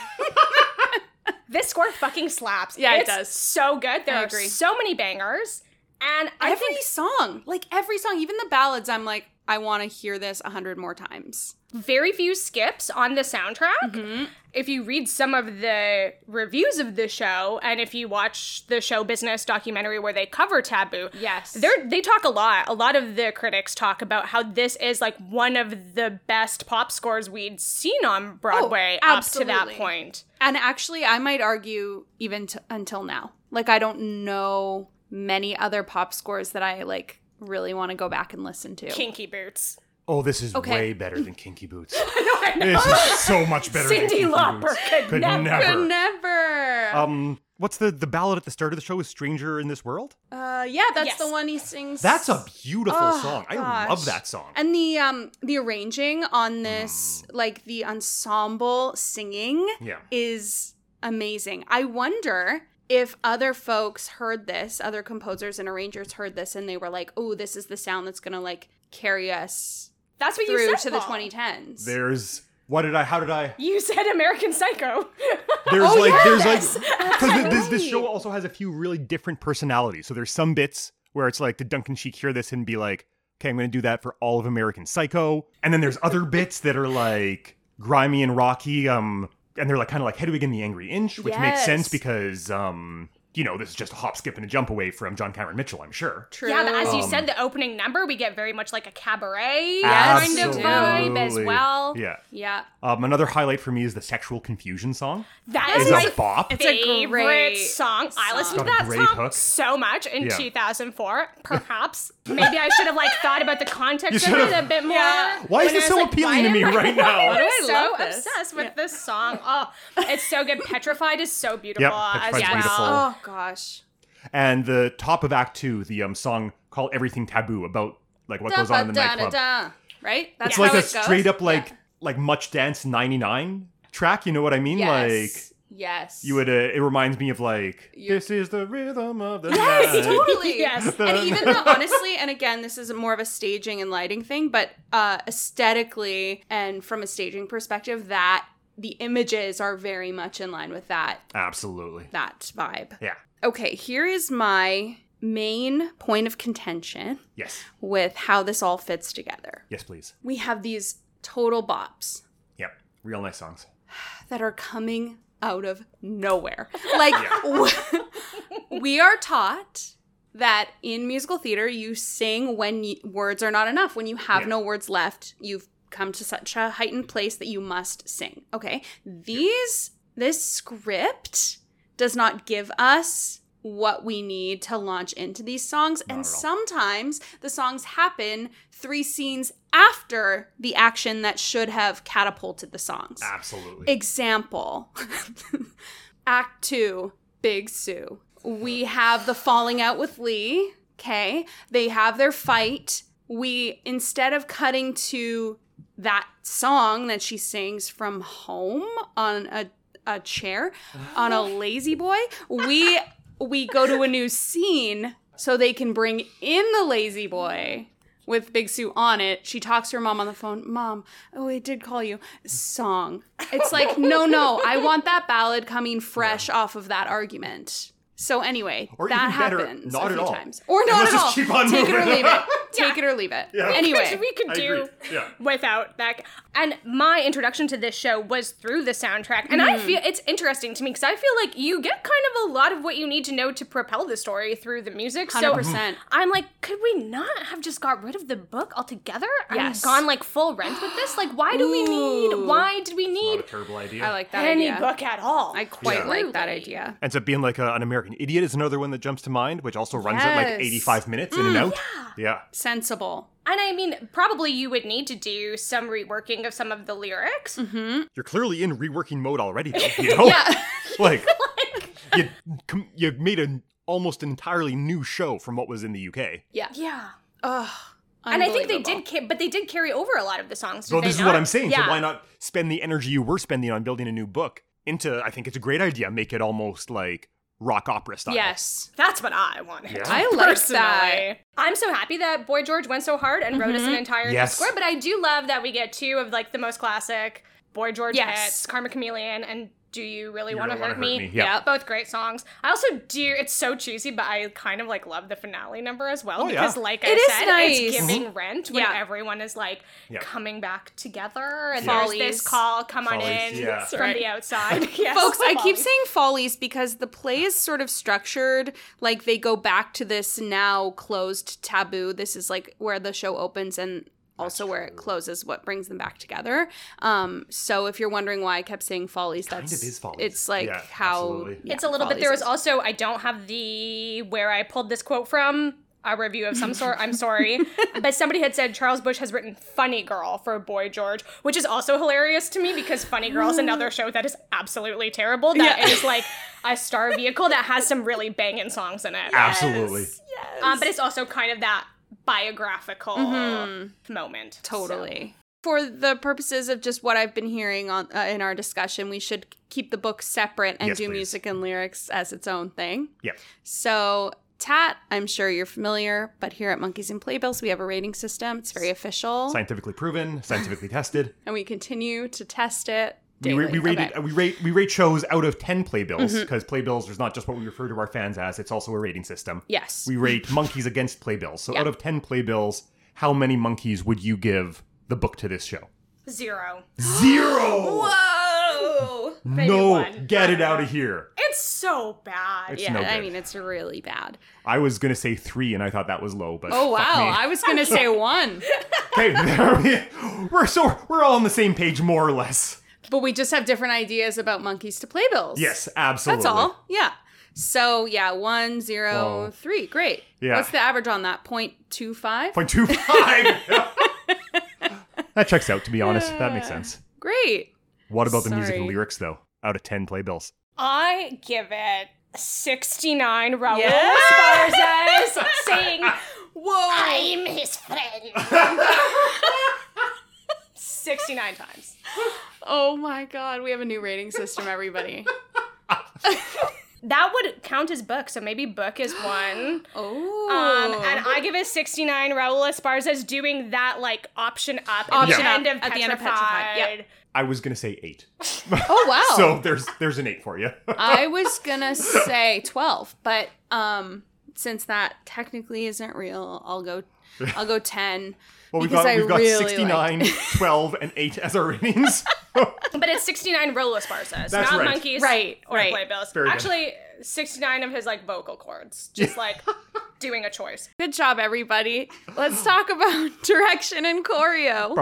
this score fucking slaps.
Yeah, it
It's
does.
So good. There
I
are
agree.
so many bangers. And I
every
think
song, like every song, even the ballads, I'm like, I want to hear this a hundred more times.
very few skips on the soundtrack.
Mm-hmm.
If you read some of the reviews of the show, and if you watch the show business documentary where they cover Taboo,
Yes.
they they talk a lot. A lot of the critics talk about how this is like one of the best pop scores we'd seen on Broadway up to that
Oh, absolutely.
point.
And actually, I might argue even t- until now, like I don't know many other pop scores that I like really want to go back and listen to.
Kinky Boots,
Oh, this is
Okay.
way better than Kinky Boots. This is so much better than
Cindy
Kinky
Lauper
Boots.
could,
Could
never.
never.
Never.
Um, what's the the ballad at the start of the show? Is "Stranger in This World"?
uh, yeah, that's
yes.
the one he sings.
That's a beautiful song. I love
Oh, gosh.
that song.
and the um the arranging on this, like the ensemble singing,
yeah.
is amazing. I wonder if other folks heard this, other composers and arrangers heard this, and they were like, "Oh, this is the sound that's gonna like carry us
That's what
through
you
to
said
the
Paul.
2010s."
There's what did I? How did I?
You said American Psycho.
There's
Oh,
like there's
yes!
like because this, this show
right.
also has a few really different personalities. So there's some bits where it's like did Duncan Sheik hear this and be like, okay, I'm going to do that for all of American Psycho, and then there's other bits that are like grimy and rocky. Um, and they're like kind of like Hedwig and the Angry Inch, which makes sense
Yes.
because um, you know, this is just a hop, skip, and a jump away from John Cameron Mitchell, I'm sure.
True.
Yeah, but as you
Um,
said, the opening number, we get very much like a cabaret
Yes,
kind of
we do.
vibe as well.
Yeah.
yeah,
Um, another highlight for me is the sexual confusion song.
That
Is
is
a
my
bop.
It's a
favorite
great
song. I listened to
Got a
that
great
song
hook.
so much in
Yeah.
2004. Perhaps maybe I should have like thought about the context
You
of
should
it a
have.
bit more.
Yeah.
Why is
When
this
I was
so
like,
appealing
why
to
am
me
I-
right now?
Why am
I
I
love
so
this?
obsessed with this song? Oh, it's so good. Petrified is so beautiful as
Petrified's
well.
beautiful.
Oh gosh.
and the top of Act Two, the um song called "Everything Taboo" about like what goes on in the nightclub.
Da-ba-da-da-da. Right? That's
It's
how
like a
it goes?
straight up like like much dance '99 track. You know what I mean?
Yeah.
Like
yes. yes.
you would. Uh, it reminds me of like
You-
this is the rhythm of the night.
Yes, totally.
Yes.
And even though, honestly, and again, this is more of a staging and lighting thing, but uh, aesthetically and from a staging perspective, that the images are very much in line with that
Absolutely.
that vibe.
Yeah.
Okay, here is my main point of contention
Yes.
with how this all fits together.
Yes, please.
We have these total bops
Yep. Real nice songs.
that are coming out of nowhere. Like, we are taught that in musical theater, you sing when y- words are not enough. When you have
Yeah.
no words left, you've come to such a heightened place that you must sing. Okay. These, this script does not give us what we need to launch into these songs. and
at all.
sometimes the songs happen three scenes after the action that should have catapulted the songs.
Absolutely.
Example Act two, Big Sue. We have the falling out with Lee. Okay. They have their fight. we instead of cutting to that song that she sings from home on a a chair on a lazy boy, we we go to a new scene so they can bring in the lazy boy with Big Sue on it. She talks to her mom on the phone. Mom, oh, I did call you. Song. It's like, no, no, I want that ballad coming fresh off of that argument. So anyway,
Or
that
even better,
happens
not
a
at
few
all.
times, or
And
not
let's
at
just
all.
keep on
Take it or
moving.
leave it. Take it or leave it.
Yeah.
Anyway,
we could
I
do
agree. Yeah.
without that. And my introduction to this show was through the soundtrack, and
Mm.
I feel it's interesting to me because I feel like you get kind of a lot of what you need to know to propel the story through the music.
hundred
So
percent.
I'm like, could we not have just got rid of the book altogether and
Yes.
gone like full rent with this? Like, why do we need?
Ooh.
Why did we
Not a
need
terrible idea.
I like that
any
idea.
book at all?
I quite
Yeah.
like that
Truly.
idea.
Ends up being like a, an American Idiot is another one that jumps to mind, which also runs at
Yes.
like 85 minutes in and out. Yeah.
Sensible.
and I mean, probably you would need to do some reworking of some of the lyrics.
Mm-hmm.
You're clearly in reworking mode already, though. You know?
Yeah.
Like, you, com- you made an almost entirely new show from what was in the UK.
Yeah.
Yeah.
Ugh.
And I think they
Unbelievable.
did, ca- but they did carry over a lot of the songs.
So
did they
this is
not?
what I'm saying.
Yeah.
So why not spend the energy you were spending on building a new book into? I think it's a great idea. Make it almost like rock opera style.
Yes.
That's what I wanted.
Yeah.
I like that. Mm-hmm.
personally. I'm so happy that Boy George went so hard and wrote us an entire new
Yes.
score. But I do love that we get two of like the most classic Boy George
Yes.
hits, Karma Chameleon, and Do You Really
You
Want to
Really Wanna
Hurt Me?
Hurt Me, yeah.
Yep.
both great songs. I also do. It's so cheesy, but I kind of like love the finale number as well
Oh, yeah. Mm-hmm.
because, like I
It is
said,
nice.
it's giving Rent when
Yeah.
everyone is like
Yeah.
coming back together, and
Yeah.
there's
Follies.
this call, "Come on
Follies,
in"
yeah.
from
Right.
the outside. yes.
Folks, I keep
Follies.
saying follies because the play is sort of structured like they go back to this now closed taboo. This is like where the show opens and also where it closes, what brings them back together. Um, so if you're wondering why I kept saying follies, that's
of is follies.
it's like
Yeah,
how
absolutely.
yeah,
it's a little bit. There
follies
was
is.
also I don't have the where I pulled this quote from a review of some sort. I'm sorry, but somebody had said Charles Bush has written "Funny Girl" for Boy George, which is also hilarious to me because "Funny Girl" is another show that is absolutely terrible. That is like a star vehicle that has some really banging songs in it.
Absolutely.
Um, but it's also kind of that biographical moment.
Mm-hmm. Totally. For the purposes of just what I've been hearing on uh, in our discussion, we should keep the book separate and
Yes,
do
please.
music and lyrics as its own thing.
Yeah.
So, Tat, I'm sure you're familiar, but here at Monkeys and Playbills, we have a rating system. It's very official,
Scientifically proven, scientifically tested.
and we continue to test it.
We, ra-
daily.
we rated uh,
Okay. Mm-hmm.
we rate we rate shows out of ten playbills because playbills is not just what we refer to our fans as; it's also a rating system.
Yes.
We rate monkeys against playbills. So
Yeah.
out of ten playbills, how many monkeys would you give the book to this show?
Zero.
Zero.
Oh,
no, get it out of here.
It's so bad.
It's
yeah,
no
I
good.
mean, it's really bad.
I was gonna say three, and I thought that was low, but
Oh, wow.
fuck me.
I was going to say one,
Okay, there we, we're so we're all on the same page, more or less.
but we just have different ideas about monkeys to playbills.
Yes, absolutely.
That's all. Yeah. So yeah, one zero
Whoa.
three. Great.
Yeah.
What's the average on that? Point two five.
Point two five. that checks out, to be honest. That makes sense.
Great.
What about the music and
Sorry.
lyrics, though? Out of ten playbills,
I give it 69 Raul
Yes!
Sparzas saying,
Whoa.
I'm his friend. 69 times.
Oh my god, we have a new rating system, everybody.
That would count as book, so maybe book is one.
oh.
Um, and I give it 69 Raul Esparza's doing that like option up at
Option
the
up
end of
at the end of
Petrified.
Petrified, yeah.
I was gonna say eight.
oh wow.
So there's there's an eight for you.
I was gonna say twelve, but um, since that technically isn't real, I'll go. I'll go ten.
Well, we've
because
got
I
we've got
really liked
sixty nine, twelve, and eight as our ratings.
But it's 69 Raul Esparza's,
That's
not
right.
monkeys
Right,
or
right.
playbills.
Very good.
Actually, 69 of his like vocal cords, just like doing a choice.
Good job, everybody. Let's talk about direction and choreo.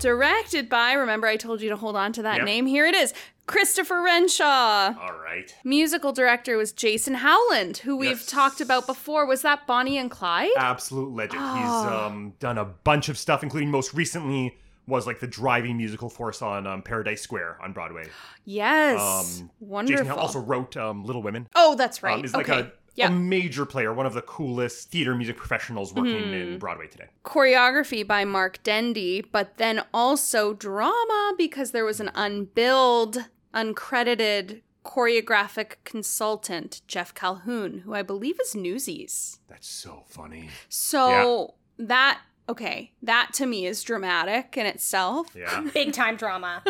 Directed by, remember I told you to hold on to that
Yep.
name? Here it is Christopher Renshaw.
all right.
Musical director was Jason Howland, who we've
Yes. Uh,
talked about before. Was that Bonnie and Clyde? Ah.
absolute legend. He's um, done a bunch of stuff, including most recently was like the driving musical force on um, Paradise Square on Broadway.
Yes.
Um,
Wonderful.
Jason Hill also wrote um, Little Women.
oh, that's right.
Um, is like
okay.
a,
yeah.
a major player, one of the coolest theater music professionals working
Mm-hmm.
in Broadway today.
choreography by Mark Dendy, but then also drama because there was an unbilled, uncredited choreographic consultant, Jeff Calhoun, who I believe is Newsies.
That's so funny.
So that, okay, that to me is dramatic in itself.
Yeah.
Big time drama.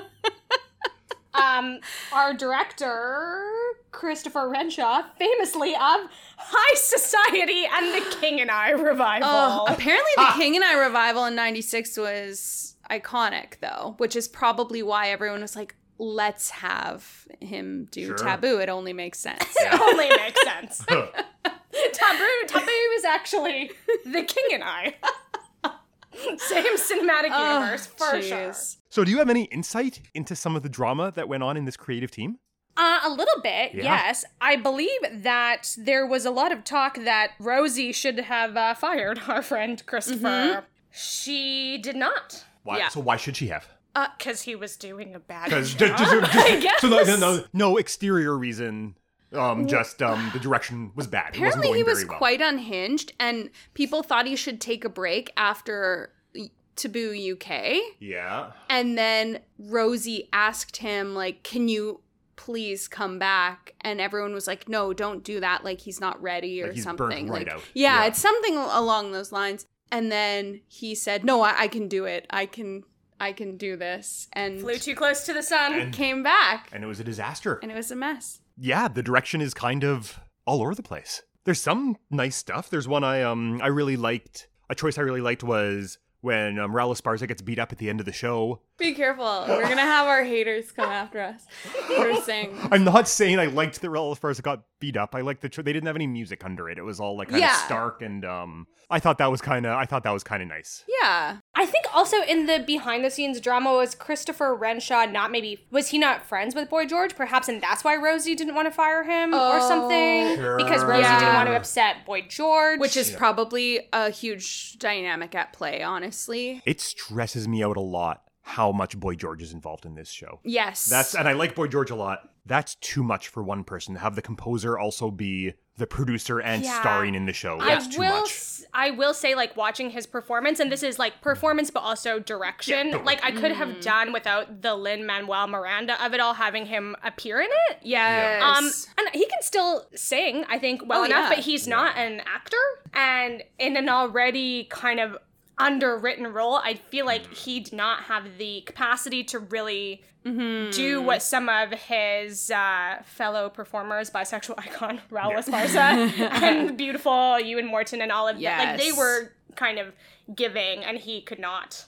um, our director, Christopher Renshaw, famously of High Society and The King and I revival.
Oh, apparently the King and I revival in 96 was iconic though, which is probably why everyone was like, let's have him do
Sure.
taboo. It only makes sense.
Only makes sense. Taboo, Taboo is actually The King and I. Same cinematic universe for sure.
Oh, jeez.
so, do you have any insight into some of the drama that went on in this creative team?
Uh, a little bit,
Yeah.
yes. I believe that there was a lot of talk that Rosie should have uh, fired our friend Christopher. Mm-hmm. She did not,
Why?
Yeah.
So, why should she have?
because Uh, he was doing a bad
Because
job.
so no, no, no, no exterior reason. Um, just um, the direction was bad.
Apparently,
it wasn't going
he was
very well.
quite unhinged, and people thought he should take a break after Taboo UK.
Yeah.
And then Rosie asked him, like, can you please come back? And everyone was like, no, don't do that. Like, he's not ready or
Like, he's burnt
something.
right
Like,
out.
Yeah,
Yeah.
it's something al- along those lines. And then he said, no, I, I can do it. I can, I can do this. And
Flew too close to the sun.
And-
came back.
And it was a disaster.
and it was a mess.
yeah, the direction is kind of all over the place. There's some nice stuff. There's one I um I really liked. A choice I really liked was when um, Raul Esparza gets beat up at the end of the show.
Be careful. We're gonna have our haters come after us for saying.
I'm not saying I liked that Raul Esparza got beat up. I liked the cho- they didn't have any music under it. It was all like kind
Yeah.
of stark and um. I thought that was kind of I thought that was kind of nice.
Yeah.
I think also in the behind the scenes drama was Christopher Renshaw not maybe was he not friends with Boy George perhaps and that's why Rosie didn't want to fire him or
Oh.
something because Rosie didn't
Sure.
want to upset Boy George
Which is probably a huge dynamic at play, honestly.
It stresses me out a lot how much Boy George is involved in this show.
Yes.
That's and I like Boy George a lot. That's too much for one person to have the composer also be the producer and
Yeah.
starring in the show.
I
That's too
will
much.
s- I will say like watching his performance and this is like performance but also direction
totally.
like I could
Mm-hmm.
have done without the Lin Manuel Miranda of it all having him appear in it
yes.
Um, and he can still sing, I think, well
Oh,
enough,
yeah.
but he's not an actor. And in an already kind of underwritten role, I feel like he did not have the capacity to really do what some of his uh, fellow performers, bisexual icon Raul Esparza and beautiful Ewan Morton and all of that, like they
Yes.
were kind of giving, and he could not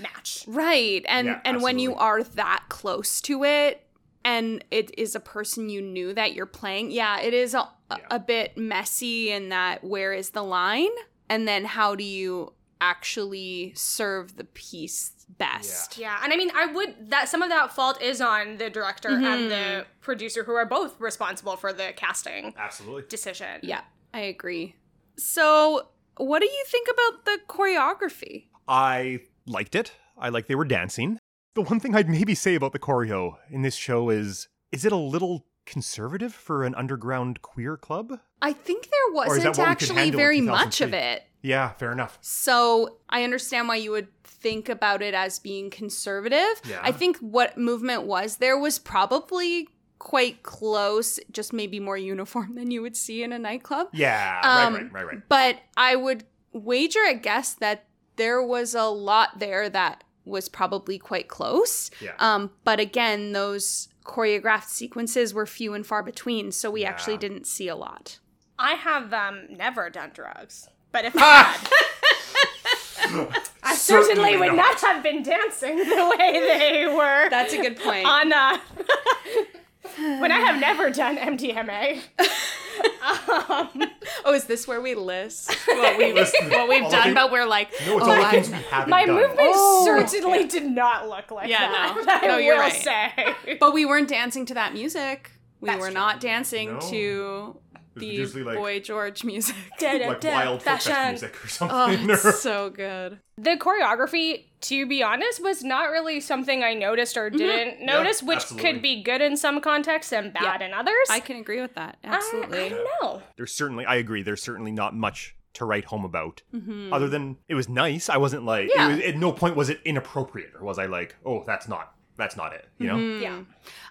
match.
right. And
Yeah,
and when you
absolutely.
are that close to it and it is a person you knew that you're playing, yeah, it is a, a-
Yeah.
a bit messy in that where is the line? And then how do you actually serve the piece best?
Yeah, and I mean, I would that some of that fault is on the director and the producer, who are both responsible for the casting
Absolutely.
decision.
Yeah, I agree. So, what do you think about the choreography?
I liked it. I like they were dancing. The one thing I'd maybe say about the choreo in this show is is it a little conservative for an underground queer club?
I think there
is that
wasn't
what we could
actually
handle in
very much of
2003?
it.
Yeah, fair enough.
So, I understand why you would think about it as being conservative.
Yeah.
I think what movement was there was probably quite close, just maybe more uniform than you would see in a nightclub.
Yeah,
Um,
right, right, right, right.
But I would wager a guess that there was a lot there that was probably quite close.
Yeah.
Um, but again, those choreographed sequences were few and far between, so we
Yeah.
actually didn't see a lot.
I have um never done drugs, but if I had, I certainly,
Ah! Certainly
would
not.
not have been dancing the way they were.
That's a good point.
on uh, when I have never done MDMA.
oh, is this where we list what we
Listen,
What we've
all
done,
the-
but we're like,
No, it's
oh,
all the
I-
things we haven't
My
done.
movement
Oh.
certainly did not look like
Yeah,
that.
no.
I
No, you're
will
right.
say.
but we weren't dancing to that music. We were
true.
not dancing
No.
to
There's
the
usually like
Boy George music.
like wild folk fest music or
Oh,
something. or-
it's so good.
The choreography, to be honest, was not really something I noticed
Mm-hmm.
or didn't notice, which
absolutely.
could be good in some contexts and bad
Yeah.
in others.
I can agree with that.
I-
Absolutely.
I don't know.
there's certainly I agree. There's certainly not much to write home about.
Mm-hmm.
Other than it was nice. I wasn't like it
Yeah.
was, at no point was it inappropriate or was I like oh that's not that's not it. You know.
Mm-hmm.
Mm.
Yeah.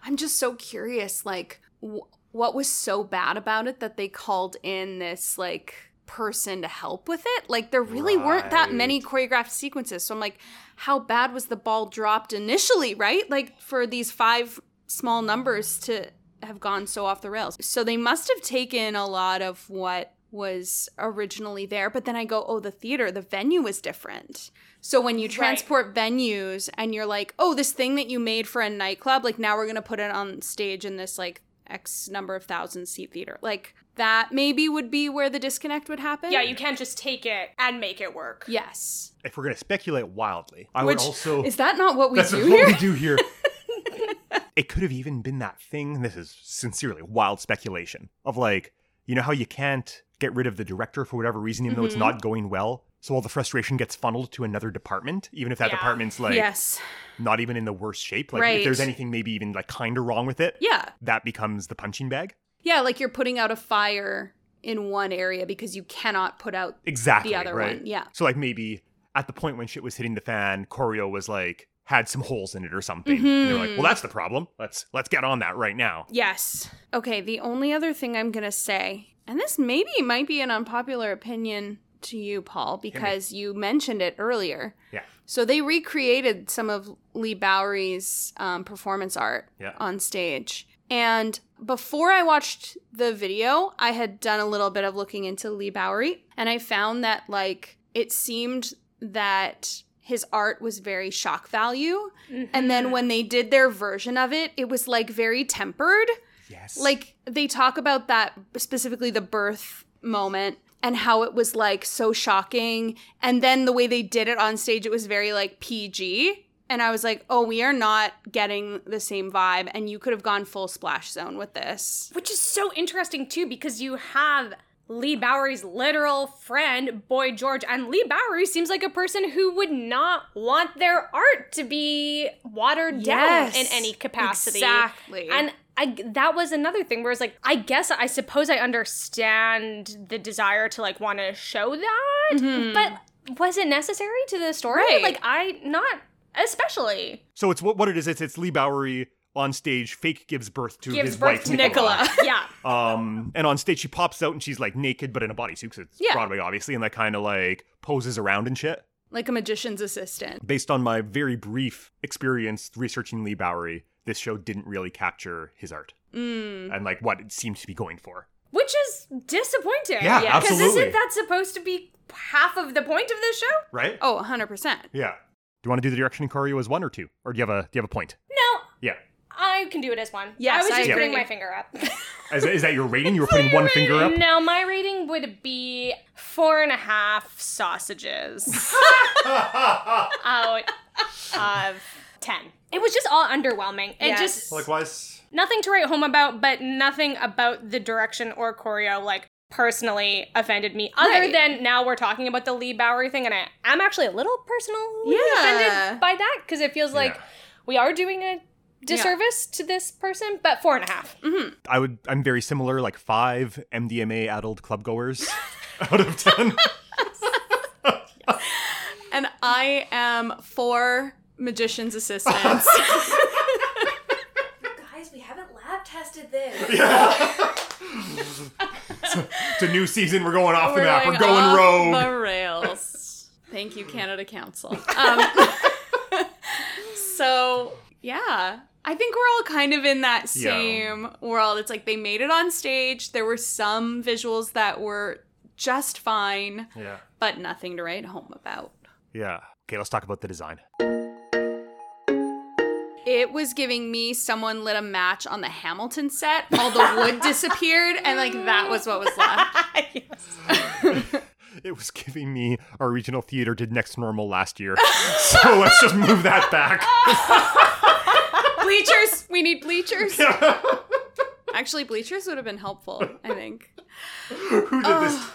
I'm just so curious, like, w- what was so bad about it that they called in this, like, person to help with it? Like, there really weren't that many choreographed sequences. So I'm like, how bad was the ball dropped initially, right? Like, for these five small numbers to have gone so off the rails. So they must have taken a lot of what was originally there. But then I go, oh, the theater, the venue was different. So when you transport venues and you're like, oh, this thing that you made for a nightclub, like now we're going to put it on stage in this like X number of thousand seat theater. Like that maybe would be where the disconnect would happen.
Yeah, you can't just take it and make it work.
Yes.
If we're gonna speculate wildly, I
Which
would also
is that not what we
that's
do
what
here?
we do here. it could have even been that thing. This is sincerely wild speculation of like you know how you can't get rid of the director for whatever reason, even though
Mm-hmm.
it's not going well. So all the frustration gets funneled to another department, even if that
Yeah.
department's like
yes.
not even in the worst shape. Like if
Right.
there's anything maybe even like kind of wrong with it,
Yeah.
that becomes the punching bag.
Yeah, like you're putting out a fire in one area because you cannot put out
Exactly.
The other
right?
one, yeah.
So like maybe at the point when shit was hitting the fan, choreo was like had some holes in it or something. And they're like,
Mm-hmm.
well, that's the problem. Let's let's get on that right now.
Yes. Okay, the only other thing I'm going to say, and this maybe might be an unpopular opinion to you, Paul, because you mentioned it earlier.
Yeah.
So they recreated some of Lee Bowery's um, performance art
Yeah.
on stage. And before I watched the video, I had done a little bit of looking into Lee Bowery and I found that, like, it seemed that his art was very shock value.
Mm-hmm.
And then when they did their version of it, it was like very tempered.
Yes.
Like they talk about that specifically the birth moment and how it was like so shocking and then the way they did it on stage it was very like PG and I was like, "Oh, we are not getting the same vibe and you could have gone full splash zone with this."
Which is so interesting, too, because you have Lee Bowery's literal friend, Boy George, and Lee Bowery seems like a person who would not want their art to be watered
Yes.
down in any capacity.
Exactly.
And I, that was another thing where it's like, I guess I suppose I understand the desire to like want to show that, but was it necessary to the story?
Mm-hmm. Right.
Like, I not especially.
so it's what what it is. It's it's Lee Bowery on stage. Fake gives birth to
Gives
his
birth
wife
to
Nicola.
Nicola.
yeah.
Um, and on stage she pops out and she's like naked but in a bodysuit because it's
Yeah.
Broadway obviously, and that kind of like poses around and shit.
Like a magician's assistant.
Based on my very brief experience researching Lee Bowery, this show didn't really capture his art
Mm.
and like what it seemed to be going for.
Which is disappointing.
Yeah,
Because
absolutely.
isn't that supposed to be half of the point of this show?
Right?
Oh, 100%.
Yeah. Do you want to do the direction in choreo as one or two? Or do you have a do you have a point?
No,
Yeah.
I can do it as one.
Yes,
I was
I
just
agree.
putting my finger up.
Is, is that your rating? You were putting one finger up?
No, my rating would be four and a half sausages out of ten. It was just all underwhelming. It
Yes.
just
Likewise.
nothing to write home about, but nothing about the direction or choreo like personally offended me. Other
Right.
than now we're talking about the Lee Bowery thing, and I, I'm actually a little personally
Yeah.
offended by that because it feels like
Yeah.
we are doing a disservice to this person. But four and a half.
I would I'm very similar, like five MDMA adult club goers out of ten.
And I am for magician's assistants.
Guys, we haven't lab tested this.
it's a new season, we're going off the map, we're
going
going
off
rogue.
The rails. Thank you, Canada Council. Um, so yeah, I think we're all kind of in that
Yeah.
same world. It's like they made it on stage. There were some visuals that were just fine,
Yeah.
but nothing to write home about.
Yeah. Okay, let's talk about the design.
It was giving me someone lit a match on the Hamilton set. All the wood disappeared, and like that was what was left.
It was giving me our regional theater did next normal last year. so let's just move that back.
Bleachers. We need bleachers. Actually, bleachers would have been helpful, I think.
Who did this?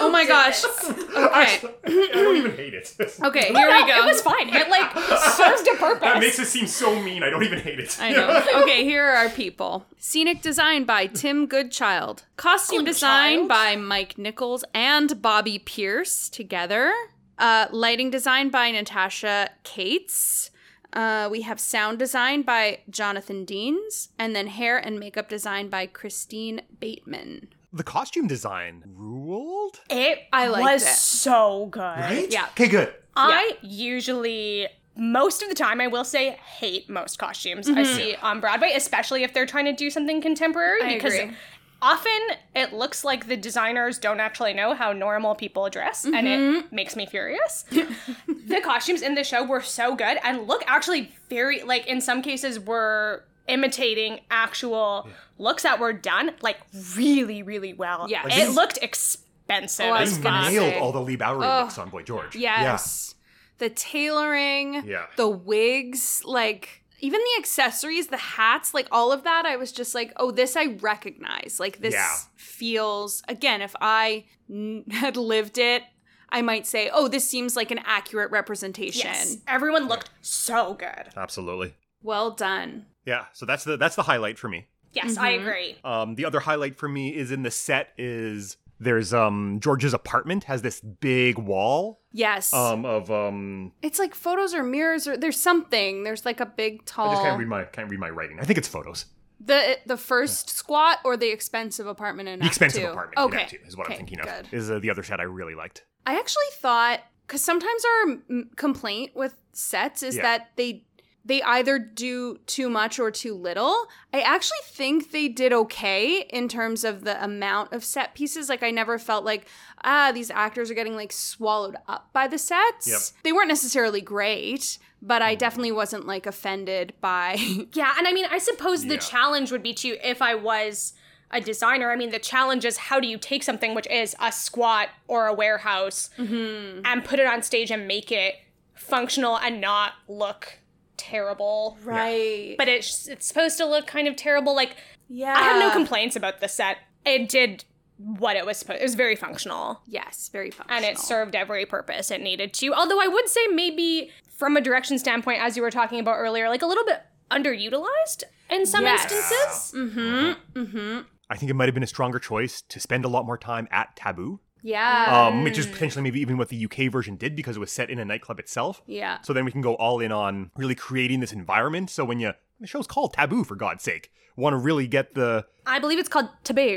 Oh my gosh.
I,
Okay.
I don't even hate it.
Okay, here we
It
go.
was fine. It like served a purpose.
That makes it seem so mean. I don't even hate it.
I know. Okay, here are our people. Scenic design by Tim Goodchild. Costume design by
Goodchild?
Mike Nichols and Bobby Pierce together. Uh, lighting design by Natasha Cates. Uh, we have sound design by Jonathan Deans, and then hair and makeup design by Christine Bateman.
The costume design ruled,
It
I liked
was
it.
so good.
right?
Yeah.
Okay, good.
I usually most of the time I will say hate most costumes I see on Broadway, especially if they're trying to do something contemporary
Mm-hmm. I
because
agree.
often it looks like the designers don't actually know how normal people dress and
Mm-hmm.
it makes me furious. the costumes in the show were so good and look actually very like in some cases were imitating actual looks that were done like really really well.
Yes.
Like,
It
these-
looked expensive.
Oh, I
They
was gonna
nailed
say.
all the Lee Bowery looks on Boy George.
Yes. The tailoring,
Yeah.
the wigs, like even the accessories, the hats, like all of that, I was just like, oh, this I recognize. Like this
Yeah.
feels, again, if I n- had lived it, I might say, oh, this seems like an accurate representation.
Yes. Everyone looked so good.
Yeah. Absolutely.
Well done.
Yeah. So that's the that's the highlight for me.
Yes, I agree.
Um, the other highlight for me is in the set is there's um George's apartment has this big wall
Yes.
um of um
it's like photos or mirrors or there's something. There's like a big
I
tall
just can't read my can't read my writing. I think it's photos.
the the first squat or the expensive apartment in
The
Act
expensive
Two?
apartment in
Okay.
Act Two is what
Okay,
I'm thinking of.
Good.
Is uh, the other set I really liked.
I actually thought because sometimes our m- complaint with sets is
Yeah.
that they they either do too much or too little. I actually think they did okay in terms of the amount of set pieces. Like I never felt like ah these actors are getting like swallowed up by the sets.
Yep. Mm-hmm.
They weren't necessarily great, but I definitely wasn't like offended by
Yeah, and I mean, I suppose the
Yeah.
challenge would be to if I was a designer. I mean, the challenge is how do you take something which is a squat or a warehouse and put it on stage and make it functional and not look terrible.
right. But
But it's it's supposed to look kind of terrible. Like
yeah,
I have no complaints about the set. It did what it was supposed. It was very functional
Yes, very functional.
and it served every purpose it needed to. Although I would say maybe from a direction standpoint, as you were talking about earlier, like a little bit underutilized in some
Yes.
instances.
Mm-hmm. Mm-hmm.
I think it might have been a stronger choice to spend a lot more time at Taboo,
Yeah.
um, which is potentially maybe even what the UK version did because it was set in a nightclub itself.
yeah.
So then we can go all in on really creating this environment. So when you the show's called Taboo for God's sake, want to really get the
I believe it's called taboo.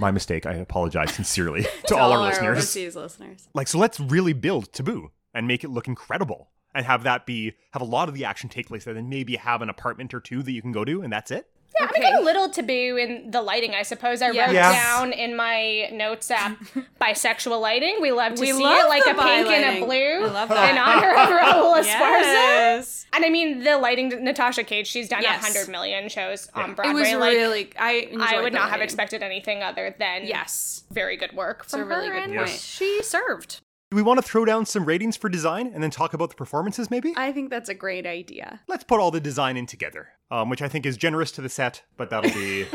my mistake. I apologize sincerely to all our listeners.
overseas listeners.
Like, so let's really build Taboo and make it look incredible and have that be have a lot of the action take place there. Then maybe have an apartment or two that you can go to, and that's it.
Yeah, I mean, I got a little taboo in the lighting, I suppose. I
Yeah.
wrote
Yes.
down in my notes app bisexual lighting. We love to
We
see
love
it like
the
a pink and
bi-lighting.
a blue
I love that.
in honor of Raul Esparza.
Yes.
And I mean, the lighting, Natasha Cage, she's done a
Yes.
100 million shows
Yeah.
on
It
Broadway.
was
like,
really. I
I
enjoyed
would
the
not have
lighting.
expected anything other than
Yes.
very good work
a
from
really
her,
good
and
point.
she served.
Do we want to throw down some ratings for design and then talk about the performances? Maybe
I think that's a great idea.
let's put all the design in together, um, which I think is generous to the set, but that'll be.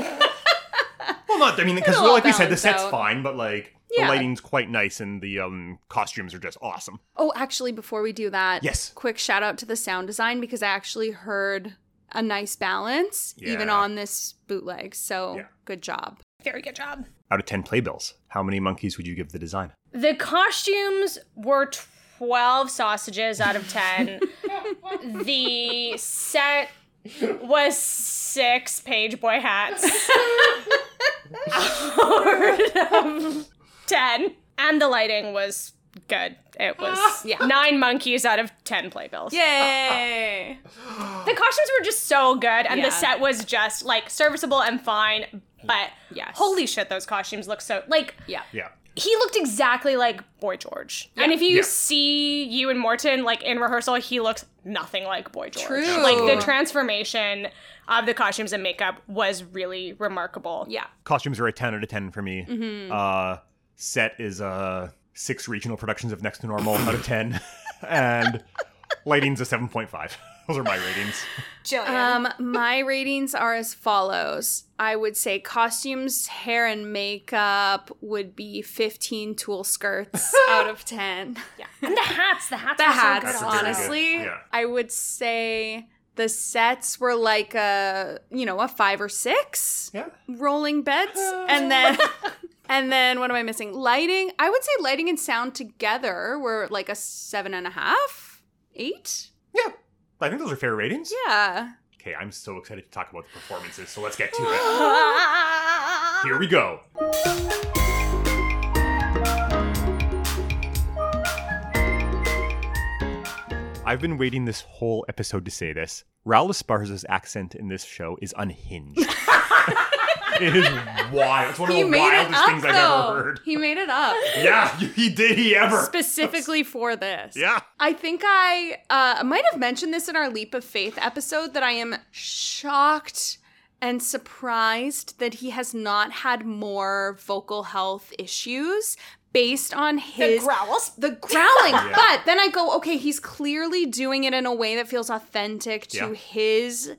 well, not. I mean, because
It'll all
like we said, the
balance
set's
out.
fine, but like
Yeah.
the lighting's quite nice and the um, costumes are just awesome.
Oh, actually, before we do that,
Yes.
quick shout out to the sound design because I actually heard a nice balance even
Yeah.
on this bootleg. So
Yeah.
good job.
Very good job.
Out of ten playbills, how many monkeys would you give the design?
The costumes were 12 sausages out of 10. the set was six page boy hats out of 10. And the lighting was good. It was
Yeah.
nine monkeys out of 10 playbills.
Yay!
The costumes were just so good, and
Yeah.
the set was just like serviceable and fine. But
Yes.
holy shit, those costumes look so like
Yeah.
Yeah.
he looked exactly like Boy George. And if you
Yeah.
see you and Morton like in rehearsal, he looks nothing like Boy George.
True.
Like the transformation of the costumes and makeup was really remarkable.
Yeah.
Costumes are a ten out of ten for me.
Mm-hmm.
Uh, set is uh, six regional productions of Next to Normal out of ten, and Lighting's a 7.5. Those are my ratings.
Jillian.
Um, my ratings are as follows. I would say costumes, hair, and makeup would be 15 tulle skirts out of 10.
yeah. And the hats, the hats,
The
were so
hats,
That's
good
a very good-
honestly,
yeah.
I would say the sets were like a, you know, a five or six
Yeah.
rolling beds. and then, and then what am I missing? Lighting. I would say lighting and sound together were like a seven and a half, eight.
Yeah. I think those are fair ratings.
Yeah.
Okay, I'm so excited to talk about the performances, so let's get to it. Here we go. I've been waiting this whole episode to say this. Raul Esparza's accent in this show is unhinged. it is wild. It's one of
He
the
made it
wildest
up,
things
though.
I've ever heard.
He made it up
Yeah, he did. He ever.
specifically for this.
Yeah.
I think I uh, might have mentioned this in our Leap of Faith episode that I am shocked and surprised that he has not had more vocal health issues based on
the
his
growls.
the growling. But then I go, okay, he's clearly doing it in a way that feels authentic to
Yeah.
his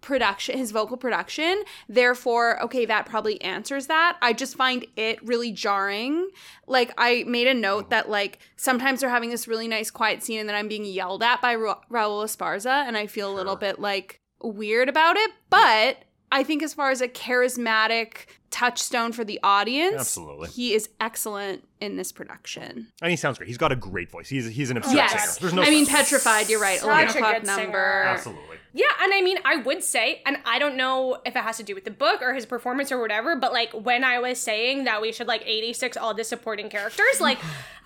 production, his vocal production. Therefore, okay, that probably answers that. I just find it really jarring. Like I made a
Mm-hmm.
note that like sometimes they're having this really nice quiet scene and then I'm being yelled at by Ra- Raul Esparza and I feel a little bit like weird about it, but I think as far as a charismatic touchstone for the audience,
Absolutely.
he is excellent in this production.
And he sounds great. He's got a great voice. He's he's an absurd
Yes.
singer. There's no
I mean, petrified. You're right.
Such
Eleven
a
o'clock
good singer.
number.
Absolutely.
Yeah, and I mean, I would say, and I don't know if it has to do with the book or his performance or whatever, but like when I was saying that we should like 86 all the supporting characters, like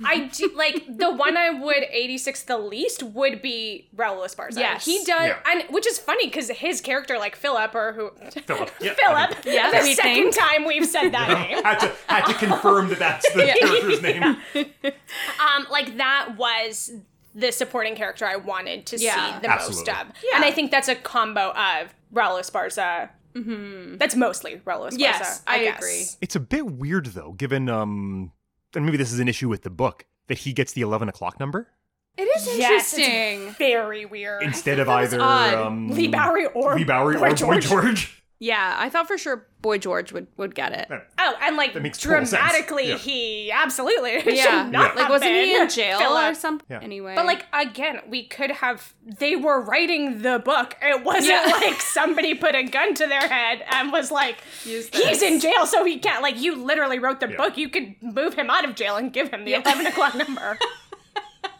I do, like the one I would 86 the least would be Raul Esparza.
Yes.
he does,
Yeah.
and which is funny because his character, like Philip or who
Philip. Yeah, I
Philip,
think-
yeah,
that
the
we
second time we've said that name.
had to had to confirm that that's the character's name.
um like that was the supporting character I wanted to
Yeah.
see the
Absolutely.
most of. And I think that's a combo of Raul Esparza. Mm-hmm. That's mostly Raul Esparza.
Yes, I
guess.
agree.
It's a bit weird though, given um, and maybe this is an issue with the book that he gets the eleven o'clock number
It is
Yes, it's
interesting.
very weird.
instead of
that was
either
odd.
um,
Lee Bowery or
Lee Bowery
Boy
or Boy
George.
George.
yeah, I thought for sure Boy George would would get it.
Oh, and like
That makes total sense.
dramatically,
Yeah.
he absolutely
Yeah,
should not
like
have
wasn't he
been
in jail
Philip.
or something?
Yeah.
Anyway,
But like again, we could have. They were writing the book. It wasn't
Yeah.
like somebody put a gun to their head and was like,
Use
"He's
this."
in jail, so he can't." Like you literally wrote the
Yeah.
book. You could move him out of jail and give him the eleven o'clock number.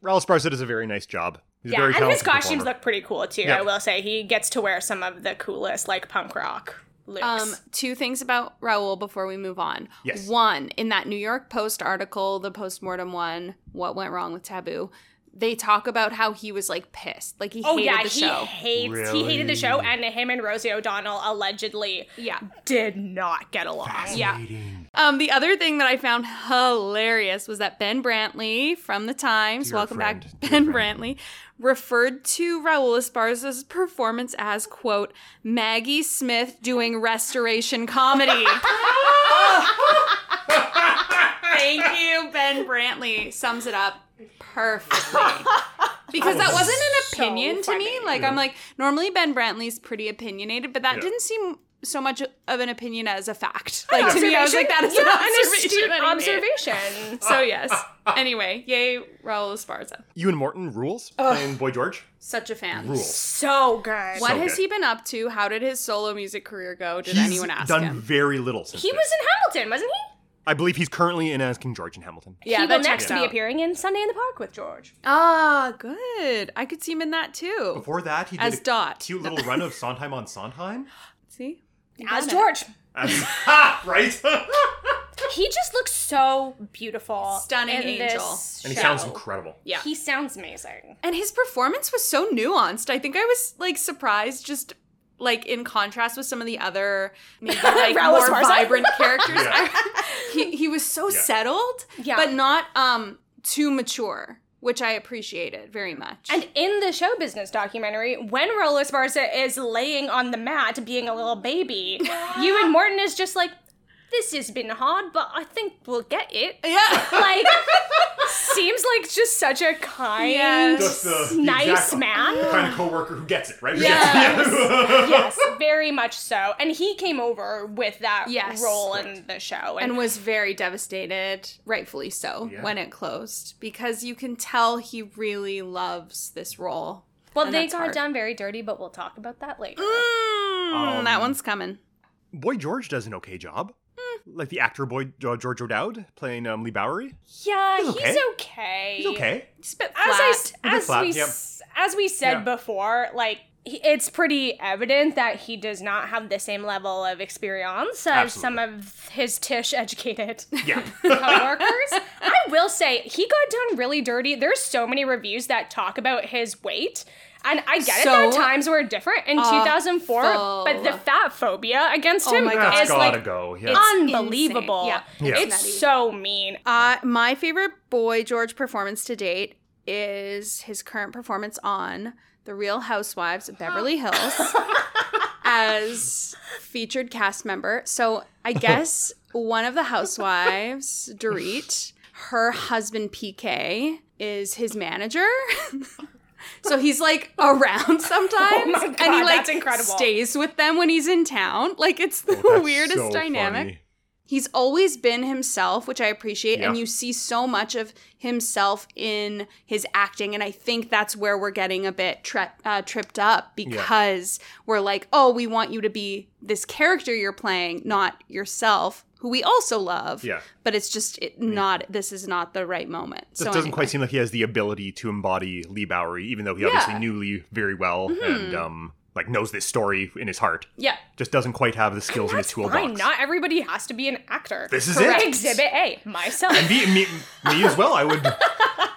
Raul Esparza does a very nice job. He's a
yeah,
very
and his
talented
costumes
performer.
look pretty cool too.
Yeah.
I will say he gets to wear some of the coolest like punk rock looks.
Um, two things about Raul before we move on.
Yes.
One, in that New York Post article, the postmortem one, what went wrong with Taboo, they talk about how he was like pissed, like he
oh
hated
yeah,
the
he
show.
hates. He hated the show, and him and Rosie O'Donnell allegedly
yeah.
did not get along.
Yeah. Um, the other thing that I found hilarious was that Ben Brantley from the Times,
Dear
welcome
friend,
back,
dear
Ben
friend.
Brantley, referred to Raul Esparza's performance as quote Maggie Smith doing restoration comedy. Thank you, Ben Brantley. Sums it up perfectly. Because that wasn't an opinion to me. Like I'm like normally Ben Brantley's pretty opinionated, but that
Yeah.
didn't seem so much of an opinion as a fact. Like to me, I was like, that is
yeah,
an
an
observation.
astute
that he made.
observation.
So yes. Anyway, yay, Raul Esparza.
Ewan Morton rules playing Boy George.
Such a fan.
Rules.
So good.
What
So
has
good.
he been up to? How did his solo music career go? Did
He's
anyone ask
done
him?
very little since
He
then.
was in Hamilton, wasn't he?
I believe he's currently in Asking George in Hamilton.
yeah,
he
that
will next
checks
be
out.
appearing in Sunday in the Park with George.
Ah, good. I could see him in that too.
Before that, he did
As
a
Dot.
cute little run of Sondheim on Sondheim.
See? You
As
got it.
George.
As- ha! Right?
He just looks so beautiful.
Stunning
in this
angel.
and he
show.
sounds incredible.
Yeah.
He sounds amazing.
And his performance was so nuanced. I think I was like surprised just like in contrast with some of the other maybe like
Raul
more
Esparza?
vibrant characters.
Yeah.
he he was so
Yeah.
settled,
Yeah.
but not um too mature, which I appreciated very much.
And in the show business documentary, when Raul Esparza is laying on the mat being a little baby, Ewan Morton is just like, this has been hard, but I think we'll get it.
yeah.
Like, seems like just such a kind,
Yes.
Just the- the
nice
exact
man.
Ah.
kind of coworker who gets it, right? Who
Yes.
gets it.
yes, very much so. And he came over with that
Yes.
role in the show. And,
and was very devastated, rightfully so,
Yeah.
when it closed because you can tell he really loves this role.
well,
and
they
that's
got
hard.
done very dirty, but we'll talk about that later.
Mm,
Um,
that one's coming.
Boy George does an okay job.
Hmm.
Like the actor Boy uh, George O'Dowd playing um, Lee Bowery.
Yeah,
He's
he's
okay.
okay.
He's okay.
He's a bit
As I
flat.
s-
A bit
as
flat,
we
yep.
s- as we said
Yeah.
before, like he- it's pretty evident that he does not have the same level of experience as
Absolutely.
some of his Tish educated
Yeah.
coworkers. I will say he got done really dirty. There's so many reviews that talk about his weight. And I get it that
So
times were different in 2004, but the
awful.
fat phobia against
Oh
him
my God.
That's
is
gotta
like
go. Yeah.
unbelievable.
insane.
Yeah.
It's,
It's
nutty.
so mean.
Uh, my favorite Boy George performance to date is his current performance on The Real Housewives of Beverly Hills as featured cast member. So I guess one of the housewives, Dorit, her husband PK is his manager. So he's like around sometimes,
Oh my
and he
God,
like
that's incredible.
stays with them when he's in town. Like it's the
Oh, That's
weirdest
so
dynamic
funny.
he's always been himself, which I appreciate. And
Yeah.
you see so much of himself in his acting. And I think that's where we're getting a bit tri- uh, tripped up because we're like, oh, we want you to be this character you're playing, not yourself, who we also love.
Yeah.
But it's just it, not, this is not the right moment.
This
so
doesn't
anyway.
quite seem like he has the ability to embody Lee Bowery, even though he obviously
Yeah. Mm-hmm.
knew Lee very well and um, like knows this story in his heart.
Yeah.
Just doesn't quite have the skills in his
That's
toolbox.
fine. Not everybody has to be an actor.
This is
Correct.
it.
Exhibit A, myself.
me, me, me as well. I would.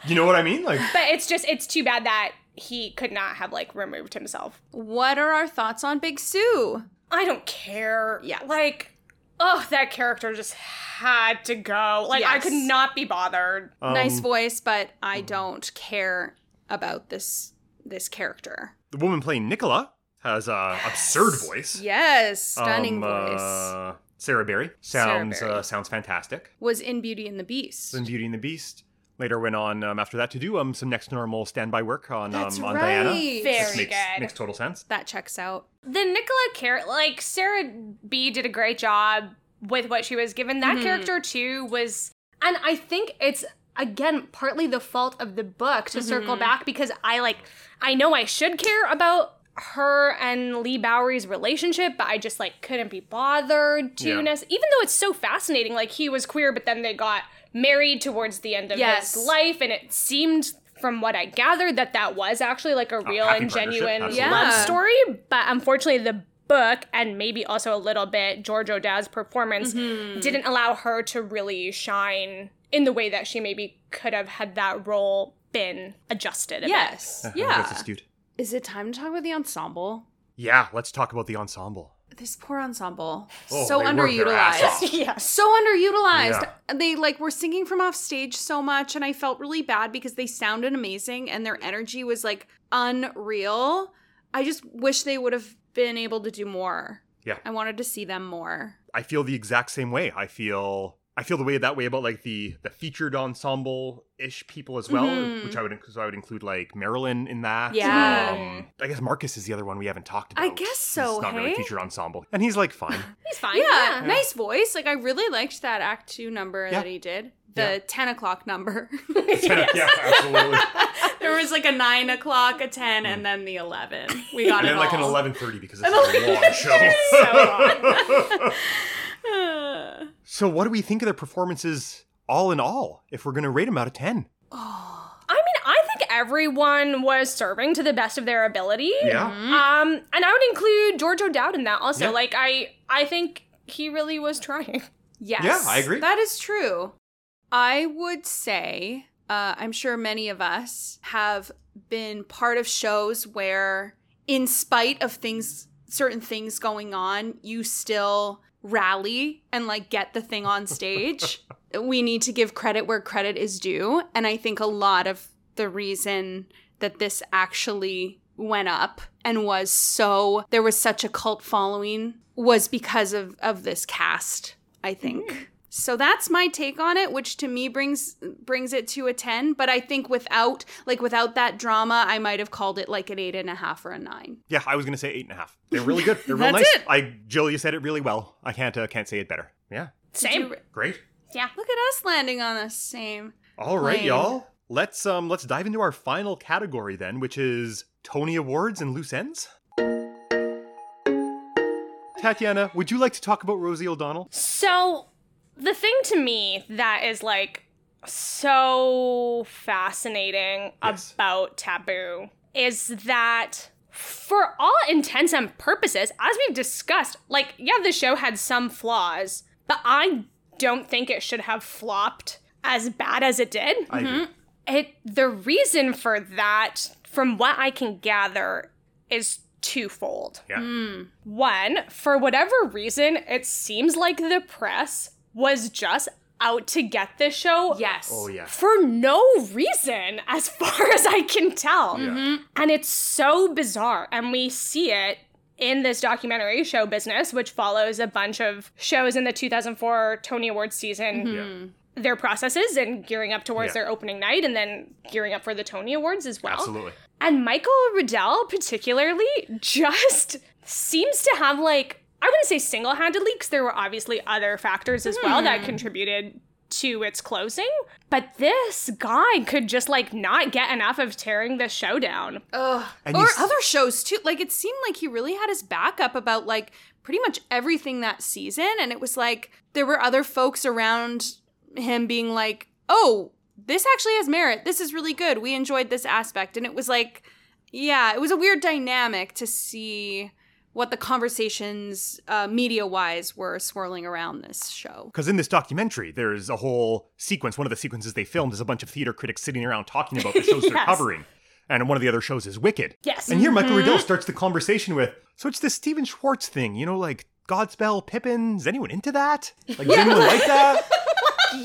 You know what I mean? Like
but it's just, it's too bad that he could not have like removed himself.
What are our thoughts on Big Sue?
I don't care.
Yeah.
Like, oh, that character just had to go. Like, I
Yes.
could not be bothered.
um, mm.
nice voice, but I don't care about this this character.
The woman playing Nicola has a absurd voice.
Yes, stunning
Um,
voice.
uh, Sarah Berry sounds
Berry.
Uh, sounds fantastic.
was in Beauty and the Beast.
in Beauty and the Beast. Later went on um, after that to do um, some next normal standby work on um,
That's
on Diana.
right.
which
Very
makes,
good.
Makes total sense.
That checks out.
The Nicola character, like, Sarah B did a great job with what she was given.
Mm-hmm.
That character, too, was, and I think it's, again, partly the fault of the book to
Mm-hmm.
circle back because I, like, I know I should care about her and Lee Bowery's relationship, but I just, like, couldn't be bothered to
Yeah.
nec- even though it's so fascinating, like, he was queer, but then they got married towards the end of
Yes.
his life, and it seemed from what I gathered, that that was actually like a real
happy
and
partnership,
genuine
absolutely.
love
Yeah.
story, but unfortunately, the book and maybe also a little bit George O'Dowd's performance
Mm-hmm.
didn't allow her to really shine in the way that she maybe could have had that role been adjusted. A bit.
Yes.
I think
Yeah.
That's astute.
Is it time to talk about the ensemble?
Yeah, let's talk about the ensemble.
This poor ensemble.
Oh,
so
they worked their ass
underutilized.
off.
yes.
So underutilized.
Yeah.
They like were singing from off stage so much and I felt really bad because they sounded amazing and their energy was like unreal. I just wish they would have been able to do more.
Yeah.
I wanted to see them more.
I feel the exact same way. I feel I feel the way that way about like the the featured ensemble ish people as well,
Mhm.
which I would so I would include like Marilyn in that.
Yeah.
Um, I guess Marcus is the other one we haven't talked about.
I guess so,
He's not really
hey?
featured ensemble, and he's like fine.
He's fine.
yeah,
Yeah.
nice voice. Like I really liked that Act Two number
Yeah.
that he did, the
Yeah.
ten o'clock number.
yeah, absolutely.
there was like a nine o'clock, a ten, and then the eleven. We got
And
it
then like an
all.
eleven thirty because it's a long show. so what do we think of their performances all in all? If we're gonna rate them out of ten,
I mean, I think everyone was serving to the best of their ability.
Mm-hmm.
Um, and I would include George O'Dowd in that also.
Yeah.
Like, I, I think he really was trying.
Yes.
Yeah, I agree.
That is true. I would say, uh, I'm sure many of us have been part of shows where, in spite of things, certain things going on, you still rally and like get the thing on stage. we need to give credit where credit is due. And I think a lot of the reason that this actually went up and was so, there was such a cult following was because of, of this cast, I think. So that's my take on it, which to me brings brings it to a ten. But I think without like without that drama, I might have called it like an eight and a half or a nine.
Yeah, I was gonna say eight and a half. They're really good. They're real
That's
nice.
it.
I Jill, you said it really well. I can't uh, can't say it better. Yeah,
Same.
great.
yeah.
Look at us landing on the same.
All right,
Lame.
y'all. Let's um let's dive into our final category then, which is Tony Awards and loose ends. Tatiana, would you like to talk about Rosie O'Donnell?
So the thing to me that is like so fascinating
Yes.
about taboo is that for all intents and purposes, as we've discussed, like yeah, the show had some flaws, but I don't think it should have flopped as bad as it did
I agree.
it the reason for that from what i can gather is twofold
Yeah.
one for whatever reason it seems like the press was just out to get this show
Yes.
Oh yeah.
for no reason as far as i can tell and it's so bizarre and we see it in this documentary show business which follows a bunch of shows in the 2004 tony awards season
yeah.
their processes and gearing up towards
Yeah.
their opening night and then gearing up for the Tony Awards as well.
Absolutely.
And Michael Riddell, particularly, just seems to have like, I wouldn't say single handedly, because there were obviously other factors as well that contributed to its closing. But this guy could just like not get enough of tearing the show down.
Ugh.
And you
or
s-
other shows too. Like it seemed like he really had his back up about like pretty much everything that season, and it was like there were other folks around him being like, "Oh, this actually has merit. This is really good. We enjoyed this aspect." And it was like, yeah, it was a weird dynamic to see what the conversations uh, media wise were swirling around this show.
Because in this documentary, there's a whole sequence. One of the sequences they filmed is a bunch of theater critics sitting around talking about the shows they're
Yes.
covering. And one of the other shows is Wicked.
Yes. Mm-hmm.
And here Michael Riddell starts the conversation with So it's this Stephen Schwartz thing, you know, like Godspell, Pippin. Is anyone into that? Like, does anyone like that?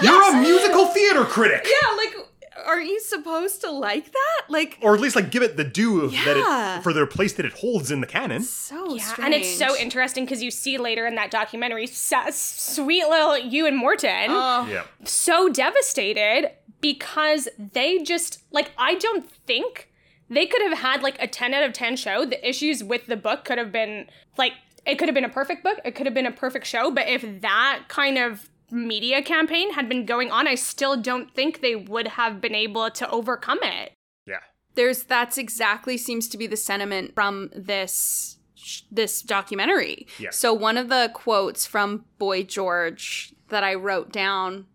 You're a musical theater critic.
Yeah, like, are you supposed to like that? Like,
Or at least, like, give it the due of that
Yeah.
it, for the place that it holds in the canon.
so
Yeah, and it's so
strange.
interesting because you see later in that documentary, s- sweet little you and Morton.
Yeah.
so devastated because they just like I don't think they could have had like a 10 out of 10 show. The issues with the book could have been like it could have been a perfect book, it could have been a perfect show, but if that kind of media campaign had been going on, I still don't think they would have been able to overcome it.
Yeah.
there's that's exactly seems to be the sentiment from this sh- this documentary.
Yeah.
So one of the quotes from Boy George that I wrote down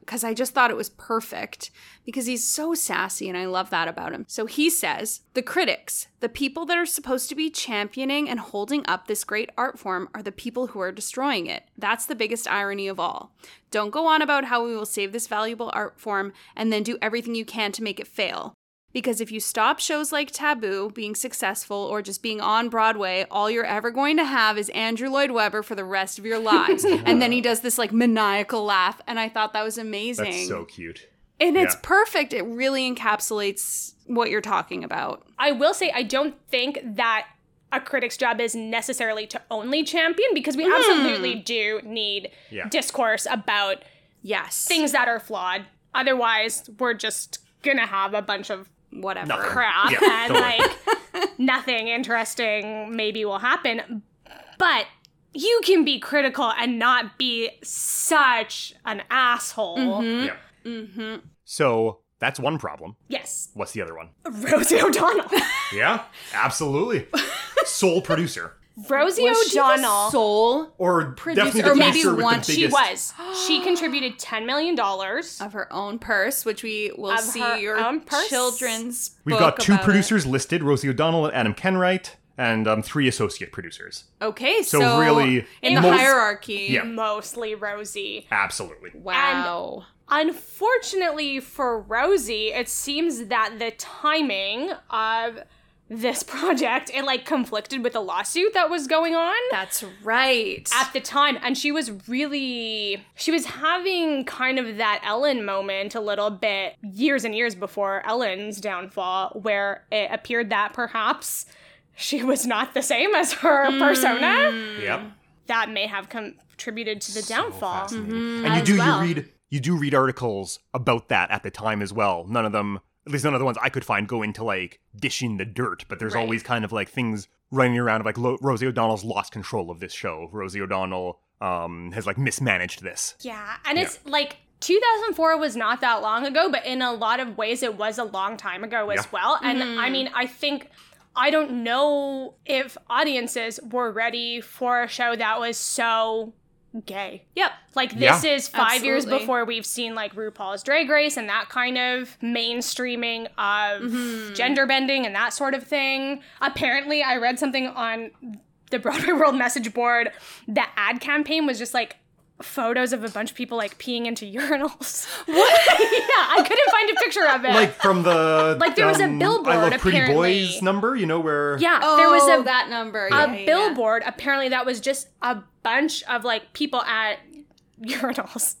because I just thought it was perfect because he's so sassy and I love that about him. So he says, The critics, the people that are supposed to be championing and holding up this great art form, are the people who are destroying it. That's the biggest irony of all. Don't go on about how we will save this valuable art form and then do everything you can to make it fail. Because if you stop shows like Taboo being successful or just being on Broadway, all you're ever going to have is Andrew Lloyd Webber for the rest of your lives. and then he does this like maniacal laugh, and I thought that was amazing.
That's so cute.
and it's
yeah.
perfect. It really encapsulates what you're talking about.
I will say I don't think that a critic's job is necessarily to only champion because we absolutely do need
Yeah.
discourse about
Yes.
things that are flawed. Otherwise, we're just gonna have a bunch of
whatever.
Nothing.
crap
Yeah,
and
totally.
like nothing interesting maybe will happen. But you can be critical and not be such an asshole.
Yeah. Mm-hmm. So that's one problem.
Yes,
What's the other one?
Rosie O'Donnell.
Yeah, absolutely. Sole producer.
Rosie
Was she the
O'Donnell
soul
Or definitely the
or maybe
producer with
one-
the
she
biggest.
She was. She contributed ten million dollars.
of her own purse, which we will
Of her
see your
own purse?
children's.
We've
book
got two
about it.
producers listed Rosie O'Donnell and Adam Kenwright, and um, three associate producers.
Okay, so,
really,
in the
most-
hierarchy.
Yeah.
Mostly Rosie.
Absolutely.
Wow.
Unfortunately for Rosie, it seems that the timing of this project it like conflicted with the lawsuit that was going on
That's right.
at the time and she was really she was having kind of that Ellen moment a little bit years and years before Ellen's downfall where it
Hmm.
appeared that perhaps she was not the same as her persona
Yep.
that may have contributed to the downfall.
and
Mm-hmm.
you
as
do
well.
you read you do read articles about that at the time as well none of them at least none of the ones i could find go into like dishing the dirt but there's
Right.
always kind of like things running around of like Lo- rosie o'donnell's lost control of this show rosie o'donnell um has like mismanaged this
Yeah, and it's like 2004 was not that long ago, but in a lot of ways it was a long time ago as
Yeah.
well. And I mean, I think I don't know if audiences were ready for a show that was so gay.
Yep.
Like this
Yeah.
is 5 years
Absolutely.
before we've seen like RuPaul's Drag Race and that kind of mainstreaming of
Mm-hmm.
gender bending and that sort of thing. Apparently, I read something on the Broadway World message board. The ad campaign was just like photos of a bunch of people like peeing into urinals. What? yeah, I couldn't find a picture of it.
like from the
Like, there was a
I
billboard,
love pretty
apparently.
boys number you know where
yeah,
Oh,
there was a
that number.
a
Yeah, yeah, yeah.
billboard apparently that was just a bunch of like people at urinals.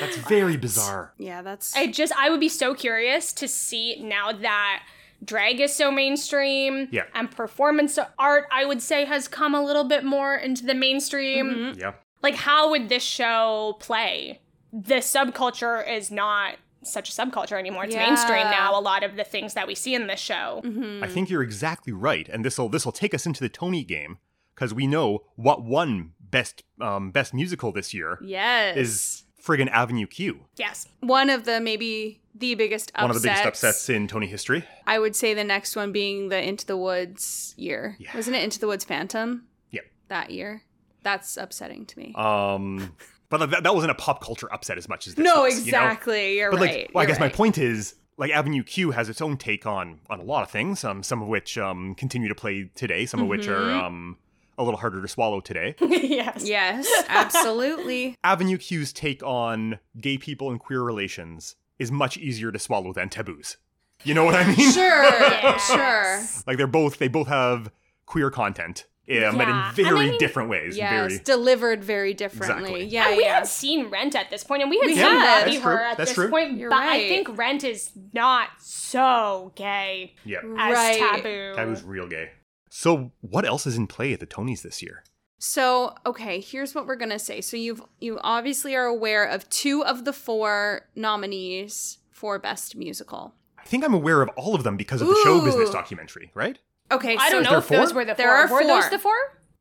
that's very bizarre
Yeah, that's
I just I would be so curious to see now that drag is so mainstream
Yeah.
and performance art I would say has come a little bit more into the mainstream.
Mm-hmm.
yeah
Like how would this show play? The subculture is not such a subculture anymore. It's mainstream
Yeah. Mm-hmm.
now a lot of the things that we see in this show.
I think you're exactly right, and this'll this'll take us into the Tony game because we know what won best um, best musical this year
yes.
is friggin' Avenue Q,
Yes.
one of the maybe the biggest upsets.
one of the biggest upsets in Tony history.
I would say the next one being the Into the Woods year.
Yeah.
Wasn't it Into the Woods Phantom?
Yep.
That year. That's upsetting to me.
Um, but that, that wasn't a pop culture upset as much as this
no,
was, you know?
exactly. You are
But like,
right.
well, I
you're
guess my
right.
point is like Avenue Q has its own take on on a lot of things. Um, some of which um continue to play today, some of which are
Mm-hmm.
um a little harder to swallow today.
yes.
Yes, absolutely.
Avenue Q's take on gay people and queer relations is much easier to swallow than taboos. You know what I mean?
Sure,
Yes.
sure.
Like they're both they both have queer content, yeah, but
Yeah.
in very
I mean,
different ways.
Yes,
Very.
delivered very differently.
Exactly.
Yeah,
and we
yeah.
had seen Rent at this point, and we had
We
seen
had.
Love
That's
You
true.
Her at
That's
this
true.
point,
You're
but I
right.
think Rent is not so gay
Yeah,
as
Right.
taboo.
taboo's real gay. So what else is in play at the Tonys this year?
So, okay, here's what we're gonna say. So you've you obviously are aware of two of the four nominees for best musical.
I think I'm aware of all of them because of the show
Ooh.
business documentary, right?
Okay,
I
so
don't
Is
know
there
if those
four?
were the
There are
four. Were those
four.
the four?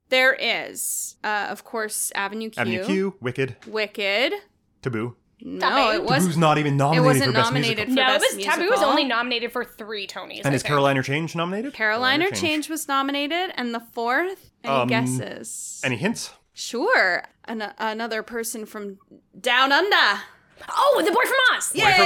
there is, uh, of course, Avenue Q,
Avenue Q, Wicked,
Wicked.
Taboo.
No,
Taboo.
it was
Who's not even nominated
wasn't
for best
nominated
musical?
for-
no, it
Best
was Taboo was
Musical.
only nominated for three Tonys.
and
I
is
think.
Carolina Change nominated?
Caroline or Change was nominated, and the fourth. Any
Um,
guesses?
Any hints?
sure, An- another person from Down Under.
Oh, the boy from Oz.
Boy from Oz! Yes.
Oh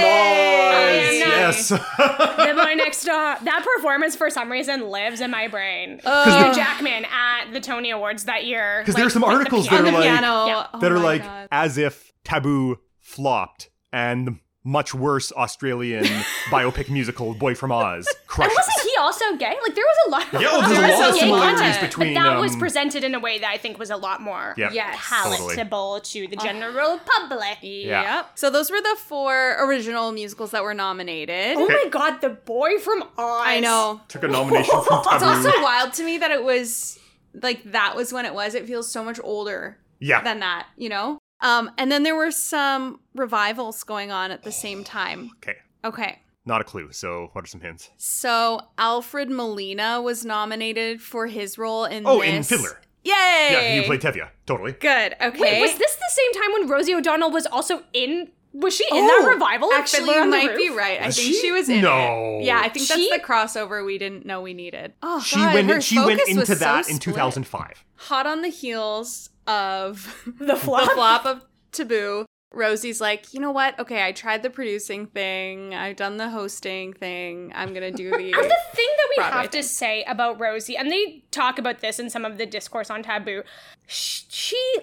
Yes.
Because
the boy next door. That performance for some reason lives in my brain. Hugh Jackman at the Tony Awards that year. like,
there's some
with the
articles that
piano.
are
the
like
piano.
yeah,
Oh
that are
my
like
God.
as if Taboo flopped and much worse Australian biopic musical Boy from Oz crushes.
Wasn't he also gay? Like there was a lot.
Yeah, oh, there's
there
a
was
lot of
gay
similarities
content,
between,
But that was
um,
presented in a way that I think was a lot more
Yep.
Yes.
palatable to the general public.
Yeah.
Yep. So those were the four original musicals that were nominated.
Oh my god, the boy from Oz.
I know.
Took a nomination from
It's
Taboo.
also wild to me that it was like that was when it was. It feels so much older
yeah.
than that, you know? Um, and then there were some revivals going on at the same time.
okay.
Okay.
Not a clue. So what are some hints?
So Alfred Molina was nominated for his role in
Oh, in
this.
Fiddler.
Yay!
Yeah, you played Tevye. Totally.
Good. Okay.
Wait, was this the same time when Rosie O'Donnell was also in? Was she in
Oh,
that revival? of
Actually,
Fiddler
you
on the
might
Roof?
be right. I
Was
think
she?
she was in
No.
it. Yeah, I think
She-
that's the crossover we didn't know we needed. Oh,
She
God,
went.
her
She went
focus was
into
so
that in
split.
2005.
Hot on the heels of
The flop.
the flop of Taboo. Rosie's like, you know what? Okay, I tried the producing thing. I've done the hosting thing. I'm gonna do the.
And the thing that we
Broadway
have to say about Rosie, and they talk about this in some of the discourse on Taboo, sh- she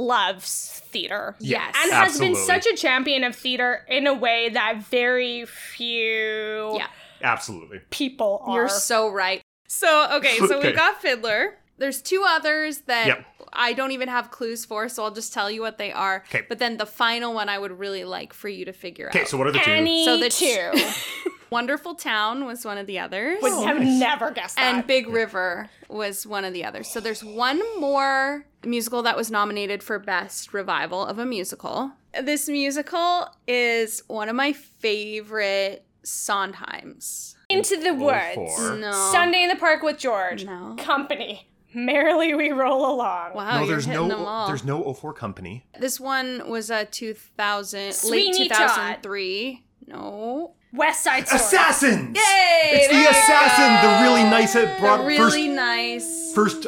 loves theater.
Yes.
And
Absolutely.
has been such a champion of theater in a way that very few
Yeah.
Absolutely.
people are.
You're so right. So okay, so
Okay.
we've got Fiddler. There's two others that
Yep.
I don't even have clues for, so I'll just tell you what they are.
'Kay.
But then the final one I would really like for you to figure
Okay.
out.
So what are the two?
Any
So the
two.
Wonderful Town was one of the others.
Would have never guessed that.
Oh. and Big River was one of the others. So there's one more musical that was nominated for best revival of a musical. This musical is one of my favorite Sondheims.
Into the woods.
four.
No.
Sunday in the Park with George.
No.
Company. Merrily we roll along.
Oh. Wow,
no,
you're
there's
hitting
no
them all.
there's no 04 company.
This one was a 2000
Sweeney
late
Todd.
2003. No.
West Side Story.
Assassins.
Yay!
It's the
there you
assassin, the really nice at
go.
broad
The really nice.
first first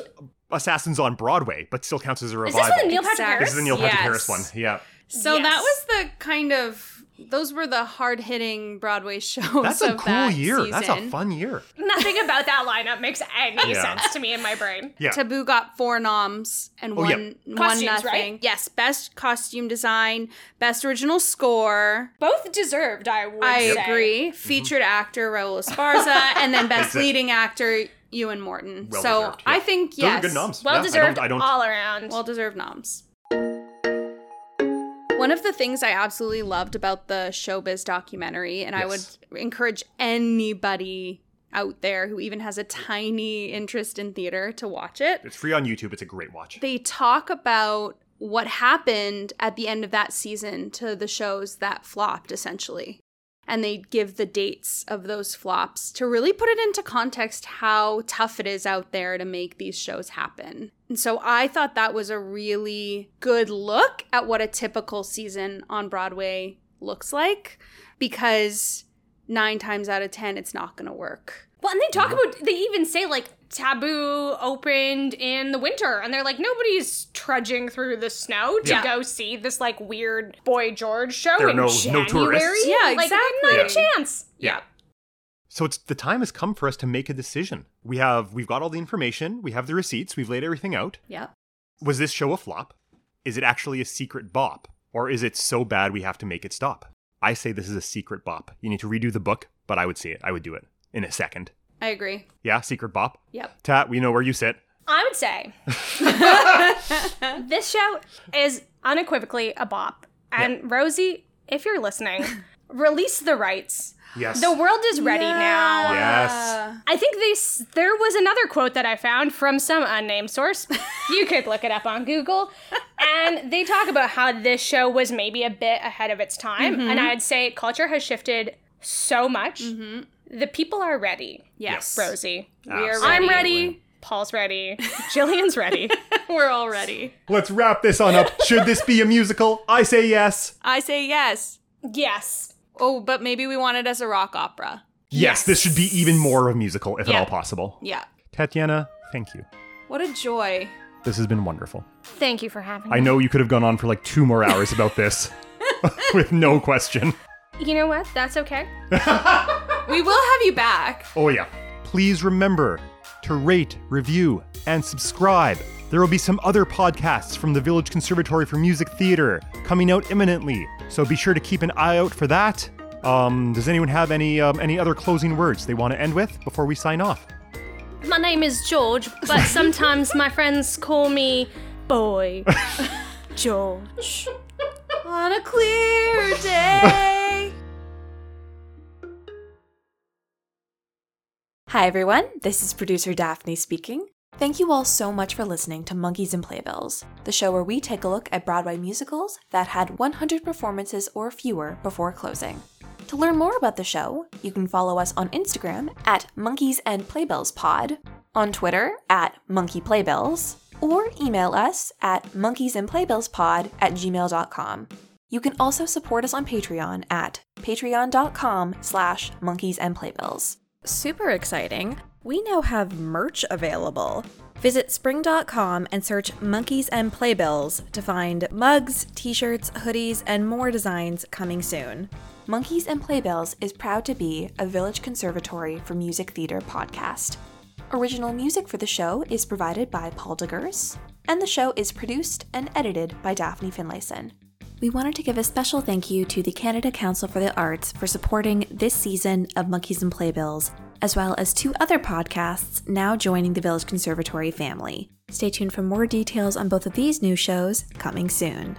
assassins on Broadway, but still counts as a
Is
revival.
this one the Neil Patrick
Exactly.
Harris?
This is the Neil Patrick
Yes.
Harris one. Yeah.
So that
Yes.
was the kind of those were the hard hitting Broadway shows.
That's a
of
cool
that
year. That's a
season.
fun year.
Nothing about that lineup makes any
Yeah.
sense to me in my brain.
Yeah.
Taboo got four noms and
Oh,
one,
yeah.
one
Costumes,
nothing.
right?
Yes, best costume design, best original score.
Both deserved, I would
I
say.
agree.
Mm-hmm.
Featured actor Raul Esparza, and then best
That's it.
leading actor Ewan Morton.
Well
so
deserved,
I
yeah.
think
Those are
yes,
good noms. Yeah, I
Well
don't-
deserved
I don't-
all around.
well deserved noms. One of the things I absolutely loved about the Showbiz documentary, and
Yes.
I would encourage anybody out there who even has a tiny interest in theater to watch it,
It's free on YouTube. It's a great watch.
they talk about what happened at the end of that season to the shows that flopped essentially and they give the dates of those flops to really put it into context how tough it is out there to make these shows happen and so i thought that was a really good look at what a typical season on broadway looks like because nine times out of ten it's not going to work
Well, and they talk about they even say like Taboo opened in the winter, and they're like nobody's trudging through the snow to
Yeah.
go see this like weird Boy George show
There are
in
no- no
January.
tourists.
Yeah,
Like,
exactly.
not
Yeah.
a chance.
Yeah. So it's the time has come for us to make a decision. We have we've got all the information. We have the receipts. We've laid everything out.
yep
Was this show a flop? Is it actually a secret bop? Or is it so bad we have to make it stop? I say this is a secret bop. You need to redo the book, but I would see it. I would do it in a second.
i agree
Yeah, secret bop.
yep
Tat, we know where you sit.
I would say this show is unequivocally a bop. And Rosie, if you're listening, release the rights.
Yes.
The world is ready now.
Yes.
I think they s- there was another quote that I found from some unnamed source. you could look it up on Google. And they talk about how this show was maybe a bit ahead of its time. And I'd say culture has shifted so much. The people are ready,
yes
Rosie.
we are
Absolutely.
ready.
I'm ready. Paul's ready. Jillian's ready.
we're all ready
Let's wrap this on up. Should this be a musical? I say yes.
I say yes.
yes.
Oh, but maybe we want it as a rock opera.
Yes, this should be even more of a musical, if at
Yeah.
all possible.
Yeah.
Tatiana, thank you.
What a joy.
This has been wonderful.
Thank you for having
I
me.
know you could have gone on for like two more hours about this with no question.
You know what? That's okay.
We will have you back.
Oh, yeah. Please remember to rate, review, and subscribe. There will be some other podcasts from the Village Conservatory for Music Theater coming out imminently, so be sure to keep an eye out for that. Um, does anyone have any um, any other closing words they want to end with before we sign off?
My name is George, but sometimes my friends call me Boy George.
On a clear day.
Hi, everyone. This is producer Daphne speaking. Thank you all so much for listening to Monkeys and Playbills, the show where we take a look at Broadway musicals that had 100 performances or fewer before closing. To learn more about the show, you can follow us on Instagram at Monkeys and Playbills Pod, on Twitter at Monkey Playbills, or email us at monkeysandplaybillspod at gmail.com. You can also support us on Patreon at patreon.com slash monkeys and playbills.
Super exciting. We now have merch available. Visit spring.com and search Monkeys and Playbills to find mugs, t shirts, hoodies, and more designs coming soon.
Monkeys and Playbills is proud to be a Village Conservatory for Music Theatre podcast. Original music for the show is provided by Paul DeGers, and the show is produced and edited by Daphne Finlayson. We wanted to give a special thank you to the Canada Council for the Arts for supporting this season of Monkeys and Playbills, as well as two other podcasts now joining the Village Conservatory family. Stay tuned for more details on both of these new shows coming soon.